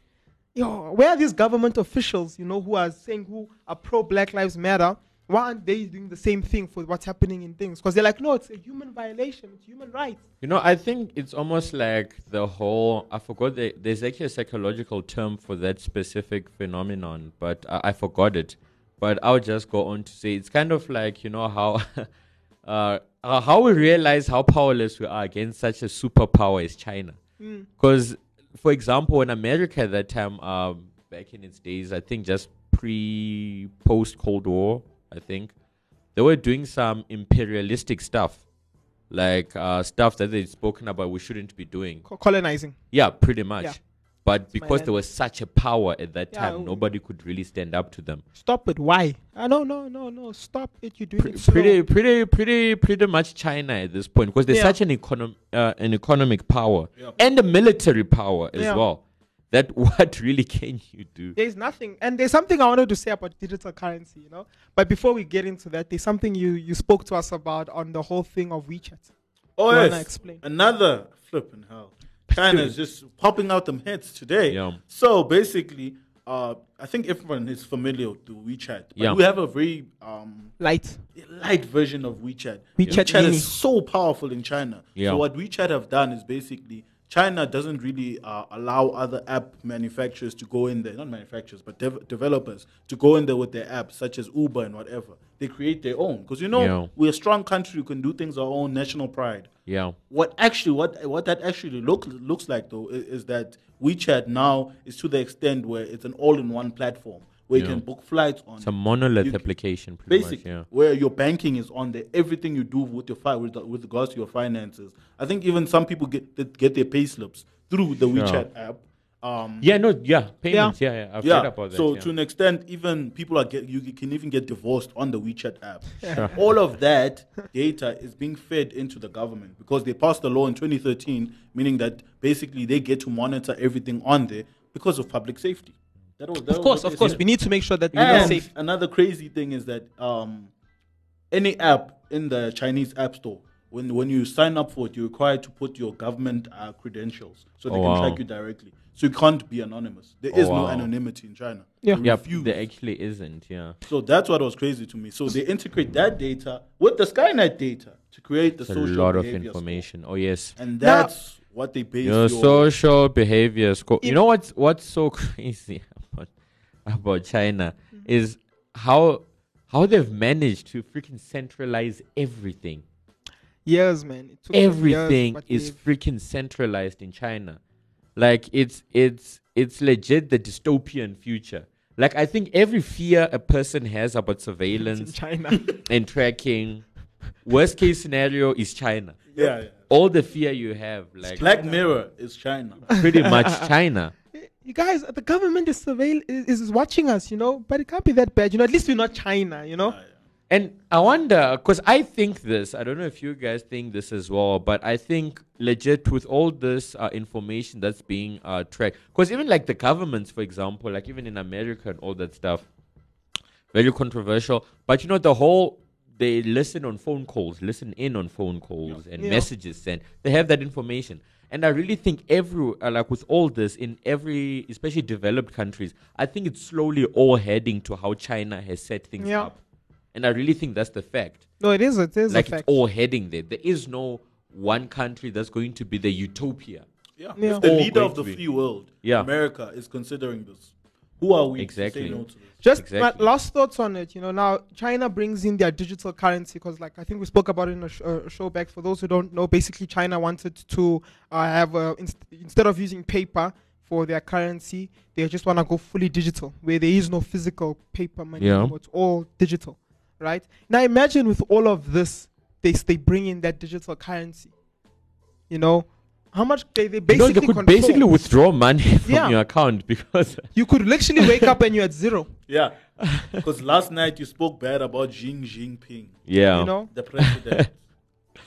[SPEAKER 5] yo, where are these government officials, you know, who are saying who are pro Black Lives Matter? Why aren't they doing the same thing for what's happening in things? Because they're like, no, it's a human violation, it's human rights.
[SPEAKER 4] You know, I think it's almost like the whole. I forgot the, there's actually a psychological term for that specific phenomenon, but I, I forgot it. But I'll just go on to say it's kind of like you know how, [LAUGHS] uh, uh, how we realize how powerless we are against such a superpower as China. Because, for example, in America at that time, um, back in its days, I think just pre post Cold War, I think they were doing some imperialistic stuff like uh, stuff that they'd spoken about we shouldn't be doing.
[SPEAKER 5] Co- colonizing.
[SPEAKER 4] Yeah, pretty much.
[SPEAKER 5] Yeah.
[SPEAKER 4] But
[SPEAKER 5] my
[SPEAKER 4] because there
[SPEAKER 5] land.
[SPEAKER 4] was such a power at that
[SPEAKER 5] Yeah,
[SPEAKER 4] time,
[SPEAKER 5] w-
[SPEAKER 4] nobody could really stand up to them.
[SPEAKER 5] Stop it. Why? Ah, no, no, no, no. Stop it. You're doing
[SPEAKER 4] Pre-
[SPEAKER 5] it slow.
[SPEAKER 4] pretty, pretty, pretty, pretty much China at this point because they're
[SPEAKER 5] Yeah.
[SPEAKER 4] such an econom- uh, an economic power and a military power as
[SPEAKER 5] Yeah.
[SPEAKER 4] well. That [LAUGHS] what really can you do?
[SPEAKER 5] There's nothing. And there's something I wanted to say about digital currency, you know. But before we get into that, there's something you, you spoke to us about on the whole thing of WeChat.
[SPEAKER 3] Oh
[SPEAKER 5] Wanna
[SPEAKER 3] yes,
[SPEAKER 5] explain?
[SPEAKER 3] another flipping hell. China's just popping out them hits today.
[SPEAKER 4] Yeah.
[SPEAKER 3] So basically, uh, I think everyone is familiar with WeChat. But
[SPEAKER 4] Yeah.
[SPEAKER 3] We have a very um,
[SPEAKER 5] Light.
[SPEAKER 3] light version of WeChat.
[SPEAKER 5] WeChat Mini.
[SPEAKER 3] is so powerful in China.
[SPEAKER 4] Yeah.
[SPEAKER 3] So what WeChat have done is basically China doesn't really uh, allow other app manufacturers to go in there, not manufacturers, but dev- developers to go in there with their apps, such as Uber and whatever. They create their own because you know
[SPEAKER 4] Yeah.
[SPEAKER 3] we're a strong country. We can do things our own, national pride
[SPEAKER 4] Yeah,
[SPEAKER 3] what actually what what that actually look, looks like though is, is that WeChat now is to the extent where it's an all-in-one platform where you
[SPEAKER 4] Yeah.
[SPEAKER 3] can book flights on
[SPEAKER 4] it's a monolith
[SPEAKER 3] You c-
[SPEAKER 4] application, pretty
[SPEAKER 3] basically
[SPEAKER 4] much.
[SPEAKER 3] where your banking is on there everything you do with your fi- with, with regards to your finances i think even some people get that get their pay slips through the WeChat app um
[SPEAKER 4] Yeah, yeah, no, yeah, payments. Yeah, yeah, I've
[SPEAKER 3] yeah.
[SPEAKER 4] read about that.
[SPEAKER 3] so
[SPEAKER 4] yeah.
[SPEAKER 3] to an extent, even people are get you can even get divorced on the WeChat app. [LAUGHS] All of that data is being fed into the government because they passed a law in 2013, meaning that basically they get to monitor everything on there because of public safety. That was, that
[SPEAKER 5] Of course,
[SPEAKER 3] was
[SPEAKER 5] of course. We need to make sure that we're
[SPEAKER 3] and
[SPEAKER 5] safe.
[SPEAKER 3] another crazy thing is that um, any app in the Chinese app store, when when you sign up for it, you're required to put your government uh, credentials so they
[SPEAKER 4] Oh,
[SPEAKER 3] can
[SPEAKER 4] wow. Oh,
[SPEAKER 3] track you directly. So you can't be anonymous. There is no
[SPEAKER 4] wow.
[SPEAKER 3] anonymity in China.
[SPEAKER 5] Yeah.
[SPEAKER 3] They
[SPEAKER 4] yeah,
[SPEAKER 3] refuse.
[SPEAKER 4] there actually isn't. Yeah,
[SPEAKER 3] so that's what was crazy to me. So they integrate that data with the Skynet data to create the
[SPEAKER 4] it's a
[SPEAKER 3] social
[SPEAKER 4] lot of
[SPEAKER 3] behavior score.
[SPEAKER 4] information. Oh yes.
[SPEAKER 3] and
[SPEAKER 5] Now-
[SPEAKER 3] that's what they base
[SPEAKER 4] your
[SPEAKER 3] your,
[SPEAKER 4] social behavior score. You
[SPEAKER 5] It-
[SPEAKER 4] know what's what's so [LAUGHS] crazy about about China
[SPEAKER 5] Mm-hmm.
[SPEAKER 4] is how how they've managed to freaking centralize everything.
[SPEAKER 5] Years, man. It took them years,
[SPEAKER 4] Everything
[SPEAKER 5] but
[SPEAKER 4] is
[SPEAKER 5] we've-
[SPEAKER 4] freaking centralized in China. Like it's it's it's legit the dystopian future. Like I think every fear a person has about
[SPEAKER 5] in [LAUGHS]
[SPEAKER 4] surveillance
[SPEAKER 5] China.
[SPEAKER 4] and tracking, worst case scenario is China.
[SPEAKER 3] yeah, yeah.
[SPEAKER 4] All the fear you have, like
[SPEAKER 3] Black Mirror is China.
[SPEAKER 5] [LAUGHS]
[SPEAKER 4] pretty much China.
[SPEAKER 5] you guys, the government is surveil is, is watching us, you know. But it can't be that bad, you know. At least we're not China, you know.
[SPEAKER 4] And I wonder, because I think this, I don't know if you guys think this as well, but I think legit with all this uh, information that's being uh, tracked, because even like the governments, for example, like even in America and all that stuff, very controversial. But you know, the whole, they listen on phone calls, listen in on phone calls and
[SPEAKER 5] Yeah.
[SPEAKER 4] messages sent. They have that information. And I really think every, uh, like with all this, in every, especially developed countries, I think it's slowly all heading to how China has set things
[SPEAKER 5] Yeah.
[SPEAKER 4] up. And I really think that's the fact.
[SPEAKER 5] No, it is. It is
[SPEAKER 4] like
[SPEAKER 5] a fact.
[SPEAKER 4] it's all heading there. There is no one country that's going to be the utopia.
[SPEAKER 3] Yeah.
[SPEAKER 5] Yeah.
[SPEAKER 3] If the
[SPEAKER 4] All
[SPEAKER 3] leader of
[SPEAKER 4] going
[SPEAKER 3] the
[SPEAKER 4] to be-
[SPEAKER 3] free world,
[SPEAKER 4] Yeah.
[SPEAKER 3] America, is considering this, who are we
[SPEAKER 4] Exactly.
[SPEAKER 3] to say no to this?
[SPEAKER 5] Just
[SPEAKER 4] Exactly.
[SPEAKER 5] my last thoughts on it. You know, now China brings in their digital currency because, like, I think we spoke about it in a sh- uh, show back. For those who don't know, basically China wanted to uh, have uh, inst- instead of using paper for their currency, they just want to go fully digital, where there is no physical paper money.
[SPEAKER 4] Yeah.
[SPEAKER 5] anymore. It's all digital, right? Now imagine with all of this, they s- they bring in that digital currency. You know, how much they they
[SPEAKER 4] You know,
[SPEAKER 5] basically
[SPEAKER 4] they could
[SPEAKER 5] control.
[SPEAKER 4] basically withdraw money [LAUGHS] from
[SPEAKER 5] Yeah.
[SPEAKER 4] your account because
[SPEAKER 5] you could literally wake up and you're
[SPEAKER 4] [LAUGHS]
[SPEAKER 5] at zero.
[SPEAKER 3] Yeah. Because last night you spoke bad about Xi Jinping,
[SPEAKER 4] [LAUGHS] yeah.
[SPEAKER 5] You know,
[SPEAKER 3] the
[SPEAKER 4] [LAUGHS]
[SPEAKER 3] president.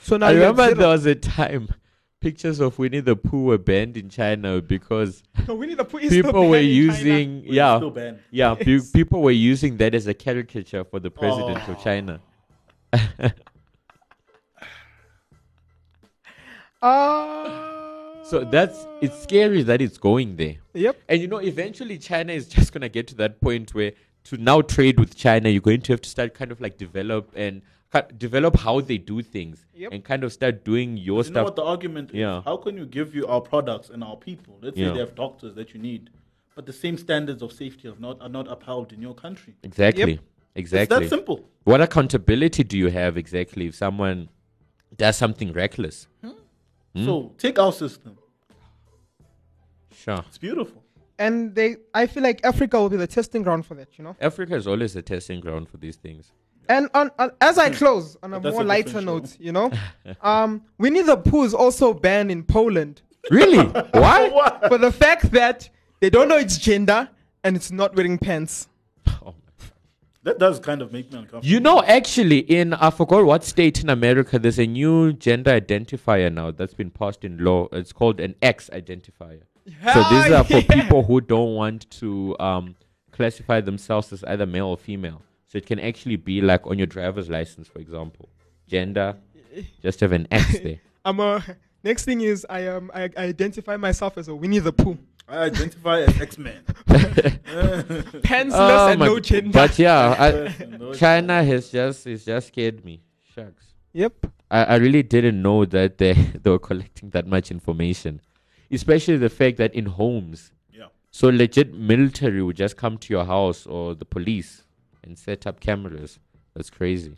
[SPEAKER 5] so now
[SPEAKER 4] Oh. I
[SPEAKER 5] you're at
[SPEAKER 4] remember
[SPEAKER 5] zero.
[SPEAKER 4] there was a time pictures of Winnie the Pooh were banned in China
[SPEAKER 5] [LAUGHS]
[SPEAKER 4] because
[SPEAKER 5] No, we need to put it still
[SPEAKER 4] people were
[SPEAKER 5] behind in China.
[SPEAKER 4] using
[SPEAKER 3] We're
[SPEAKER 4] yeah
[SPEAKER 3] still banned.
[SPEAKER 4] yeah pe- people were using that as a caricature for the president of
[SPEAKER 5] Oh.
[SPEAKER 4] China.
[SPEAKER 5] [LAUGHS] Ah.
[SPEAKER 4] So that's it's scary that it's going there.
[SPEAKER 5] yep.
[SPEAKER 4] And you know, eventually China is just gonna get to that point where to now trade with China, you're going to have to start kind of like develop and ca- develop how they do things
[SPEAKER 5] Yep.
[SPEAKER 4] and kind of start doing
[SPEAKER 3] You know
[SPEAKER 4] your stuff.
[SPEAKER 3] what the argument is?
[SPEAKER 4] Yeah.
[SPEAKER 3] How can you give you our products and our people? Let's
[SPEAKER 4] Yeah.
[SPEAKER 3] say they have doctors that you need, but the same standards of safety are not, are not upheld in your country.
[SPEAKER 4] exactly.
[SPEAKER 5] Yep.
[SPEAKER 4] Exactly.
[SPEAKER 3] It's that simple.
[SPEAKER 4] What accountability do you have exactly if someone does something reckless? Hmm?
[SPEAKER 3] So take our system.
[SPEAKER 4] Sure.
[SPEAKER 3] It's
[SPEAKER 4] [LAUGHS]
[SPEAKER 3] beautiful.
[SPEAKER 5] And they, I feel like Africa will be the testing ground for that, you know.
[SPEAKER 4] Africa is always a testing ground for these things.
[SPEAKER 5] And on, on as I close on a
[SPEAKER 3] But that's
[SPEAKER 5] more
[SPEAKER 3] a
[SPEAKER 5] lighter
[SPEAKER 3] different
[SPEAKER 5] note, you
[SPEAKER 3] [LAUGHS]
[SPEAKER 5] know, um, Winnie the Pooh is also banned in Poland
[SPEAKER 3] [LAUGHS]
[SPEAKER 4] Really? Why?
[SPEAKER 5] for the fact that they don't know its gender and it's not wearing pants.
[SPEAKER 4] Oh.
[SPEAKER 3] That does kind of make me uncomfortable.
[SPEAKER 4] You know, actually, in I forgot what state in America, there's a new gender identifier now that's been passed in law. It's called an X identifier. So these
[SPEAKER 5] Ah,
[SPEAKER 4] are for
[SPEAKER 5] [LAUGHS] yeah.
[SPEAKER 4] people who don't want to um, classify themselves as either male or female. So it can actually be like on your driver's license, for example, gender, just have an X
[SPEAKER 5] [LAUGHS]
[SPEAKER 4] there.
[SPEAKER 5] I'm a. Next thing is I um I, I identify myself as a Winnie the Pooh,
[SPEAKER 3] I identify as X
[SPEAKER 4] [LAUGHS]
[SPEAKER 3] [LAUGHS] Men.
[SPEAKER 5] pantsless
[SPEAKER 4] Oh
[SPEAKER 5] and
[SPEAKER 4] my
[SPEAKER 5] no
[SPEAKER 4] g-
[SPEAKER 5] gender.
[SPEAKER 4] But
[SPEAKER 5] [LAUGHS]
[SPEAKER 4] yeah, I, China has just it's just scared me. Shucks.
[SPEAKER 5] yep.
[SPEAKER 4] I, I really didn't know that they [LAUGHS] they were collecting that much information, especially the fact that in homes.
[SPEAKER 3] Yeah.
[SPEAKER 4] So legit military would just come to your house or the police and set up cameras. That's crazy.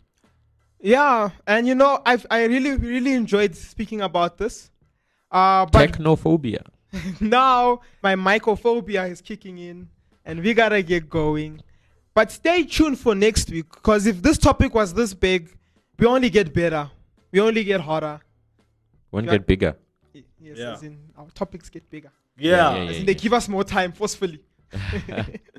[SPEAKER 5] Yeah, and you know, I I really really enjoyed speaking about this. Uh, but
[SPEAKER 4] Technophobia.
[SPEAKER 5] [LAUGHS] now my mycophobia is kicking in, and we gotta get going. But stay tuned for next week, because if this topic was this big, we only get better, we only get hotter.
[SPEAKER 4] Won't
[SPEAKER 5] Yeah.
[SPEAKER 4] get bigger.
[SPEAKER 5] Y- Yes,
[SPEAKER 3] Yeah.
[SPEAKER 5] as in our topics get bigger.
[SPEAKER 3] Yeah.
[SPEAKER 4] yeah,
[SPEAKER 5] As in they give us more time forcefully.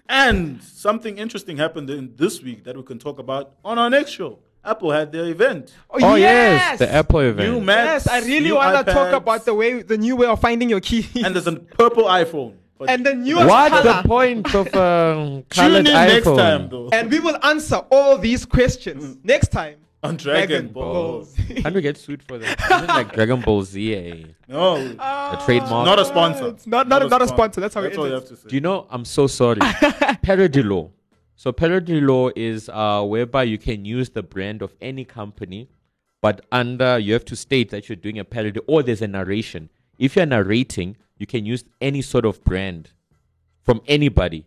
[SPEAKER 3] And something interesting happened in this week that we can talk about on our next show. Apple had their
[SPEAKER 5] [LAUGHS]
[SPEAKER 3] event.
[SPEAKER 4] Oh yes, the Apple event.
[SPEAKER 3] New Macs.
[SPEAKER 5] Yes, I really
[SPEAKER 3] new
[SPEAKER 5] wanna talk
[SPEAKER 3] iPads,
[SPEAKER 5] about the way, the new way of finding your key,
[SPEAKER 3] And there's a purple iPhone. But
[SPEAKER 5] and the newest
[SPEAKER 4] What's
[SPEAKER 5] color.
[SPEAKER 4] the point
[SPEAKER 3] [LAUGHS]
[SPEAKER 4] of um,
[SPEAKER 3] tune in
[SPEAKER 4] colored iPhone?
[SPEAKER 3] next time though.
[SPEAKER 5] [LAUGHS] and we will answer all these
[SPEAKER 3] Mm.
[SPEAKER 5] questions next time.
[SPEAKER 3] on Dragon, Ball.
[SPEAKER 5] [LAUGHS]
[SPEAKER 4] Can't we get sued for that? Isn't like Dragon Ball Z a,
[SPEAKER 5] [LAUGHS]
[SPEAKER 3] No,
[SPEAKER 4] a trademark?
[SPEAKER 3] not a sponsor.
[SPEAKER 5] not- not a- not a sponsor. That's how
[SPEAKER 3] That's
[SPEAKER 5] it
[SPEAKER 3] all you
[SPEAKER 5] is.
[SPEAKER 3] have to say.
[SPEAKER 4] Do you know? I'm so sorry. parody law. So parody law is uh, whereby you can use the brand of any company, but under you have to state that you're doing a parody or there's a narration. If you're narrating, you can use any sort of brand from anybody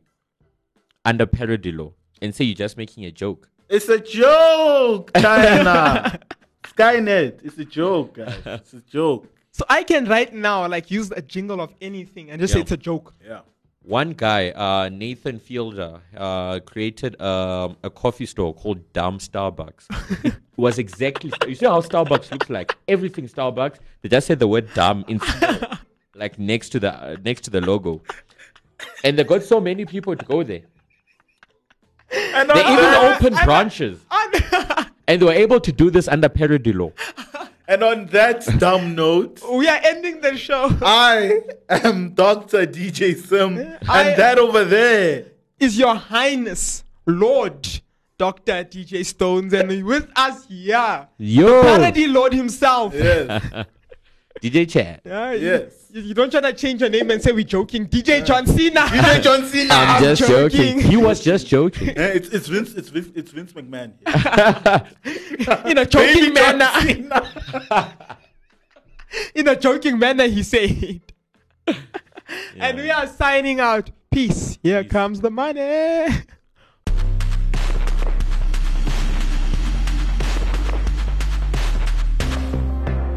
[SPEAKER 4] under parody law and say you're just making a joke.
[SPEAKER 3] It's a joke,
[SPEAKER 5] [LAUGHS]
[SPEAKER 3] China. Skynet. It's a joke, guys.
[SPEAKER 4] [LAUGHS]
[SPEAKER 3] It's a joke.
[SPEAKER 5] So I can right now like use a jingle of anything and just say
[SPEAKER 4] Yeah.
[SPEAKER 5] it's a joke.
[SPEAKER 3] Yeah.
[SPEAKER 4] One guy, uh, Nathan Fielder, uh, created um, a coffee store called Dumb Starbucks. it was exactly you see how Starbucks looks like. Everything Starbucks. They just said the word "dumb" in small, like next to the uh, next to the logo. and they got so many people to go there.
[SPEAKER 3] And
[SPEAKER 4] They
[SPEAKER 3] on
[SPEAKER 4] even
[SPEAKER 3] that,
[SPEAKER 4] opened branches, and they were able to do this under parody law.
[SPEAKER 3] and on that dumb
[SPEAKER 5] [LAUGHS]
[SPEAKER 3] note,
[SPEAKER 5] [LAUGHS] we are ending the show.
[SPEAKER 3] I am Dr. DJ Sim, and
[SPEAKER 5] I-
[SPEAKER 3] that over there.
[SPEAKER 5] [LAUGHS] Is Your Highness Lord Dr. DJ Stones and with us here,
[SPEAKER 4] Yo,
[SPEAKER 5] Parody Lord himself.
[SPEAKER 3] Yes,
[SPEAKER 4] DJ Chad.
[SPEAKER 5] Yeah, you-
[SPEAKER 3] Yes.
[SPEAKER 5] You, you don't try to change your name and say we're joking. DJ John Cena.
[SPEAKER 3] DJ
[SPEAKER 5] [LAUGHS]
[SPEAKER 3] John Cena.
[SPEAKER 4] I'm just joking.
[SPEAKER 5] joking.
[SPEAKER 4] He was just joking.
[SPEAKER 3] Eh, it's, it's Vince. It's Vince. It's Vince McMahon. here.
[SPEAKER 5] in a
[SPEAKER 3] [LAUGHS] Baby
[SPEAKER 5] joking
[SPEAKER 3] John
[SPEAKER 5] manner.
[SPEAKER 3] Cena.
[SPEAKER 5] [LAUGHS] In a joking manner,
[SPEAKER 3] [LAUGHS]
[SPEAKER 5] he said. And we are signing out. Peace. Here comes the money. [LAUGHS]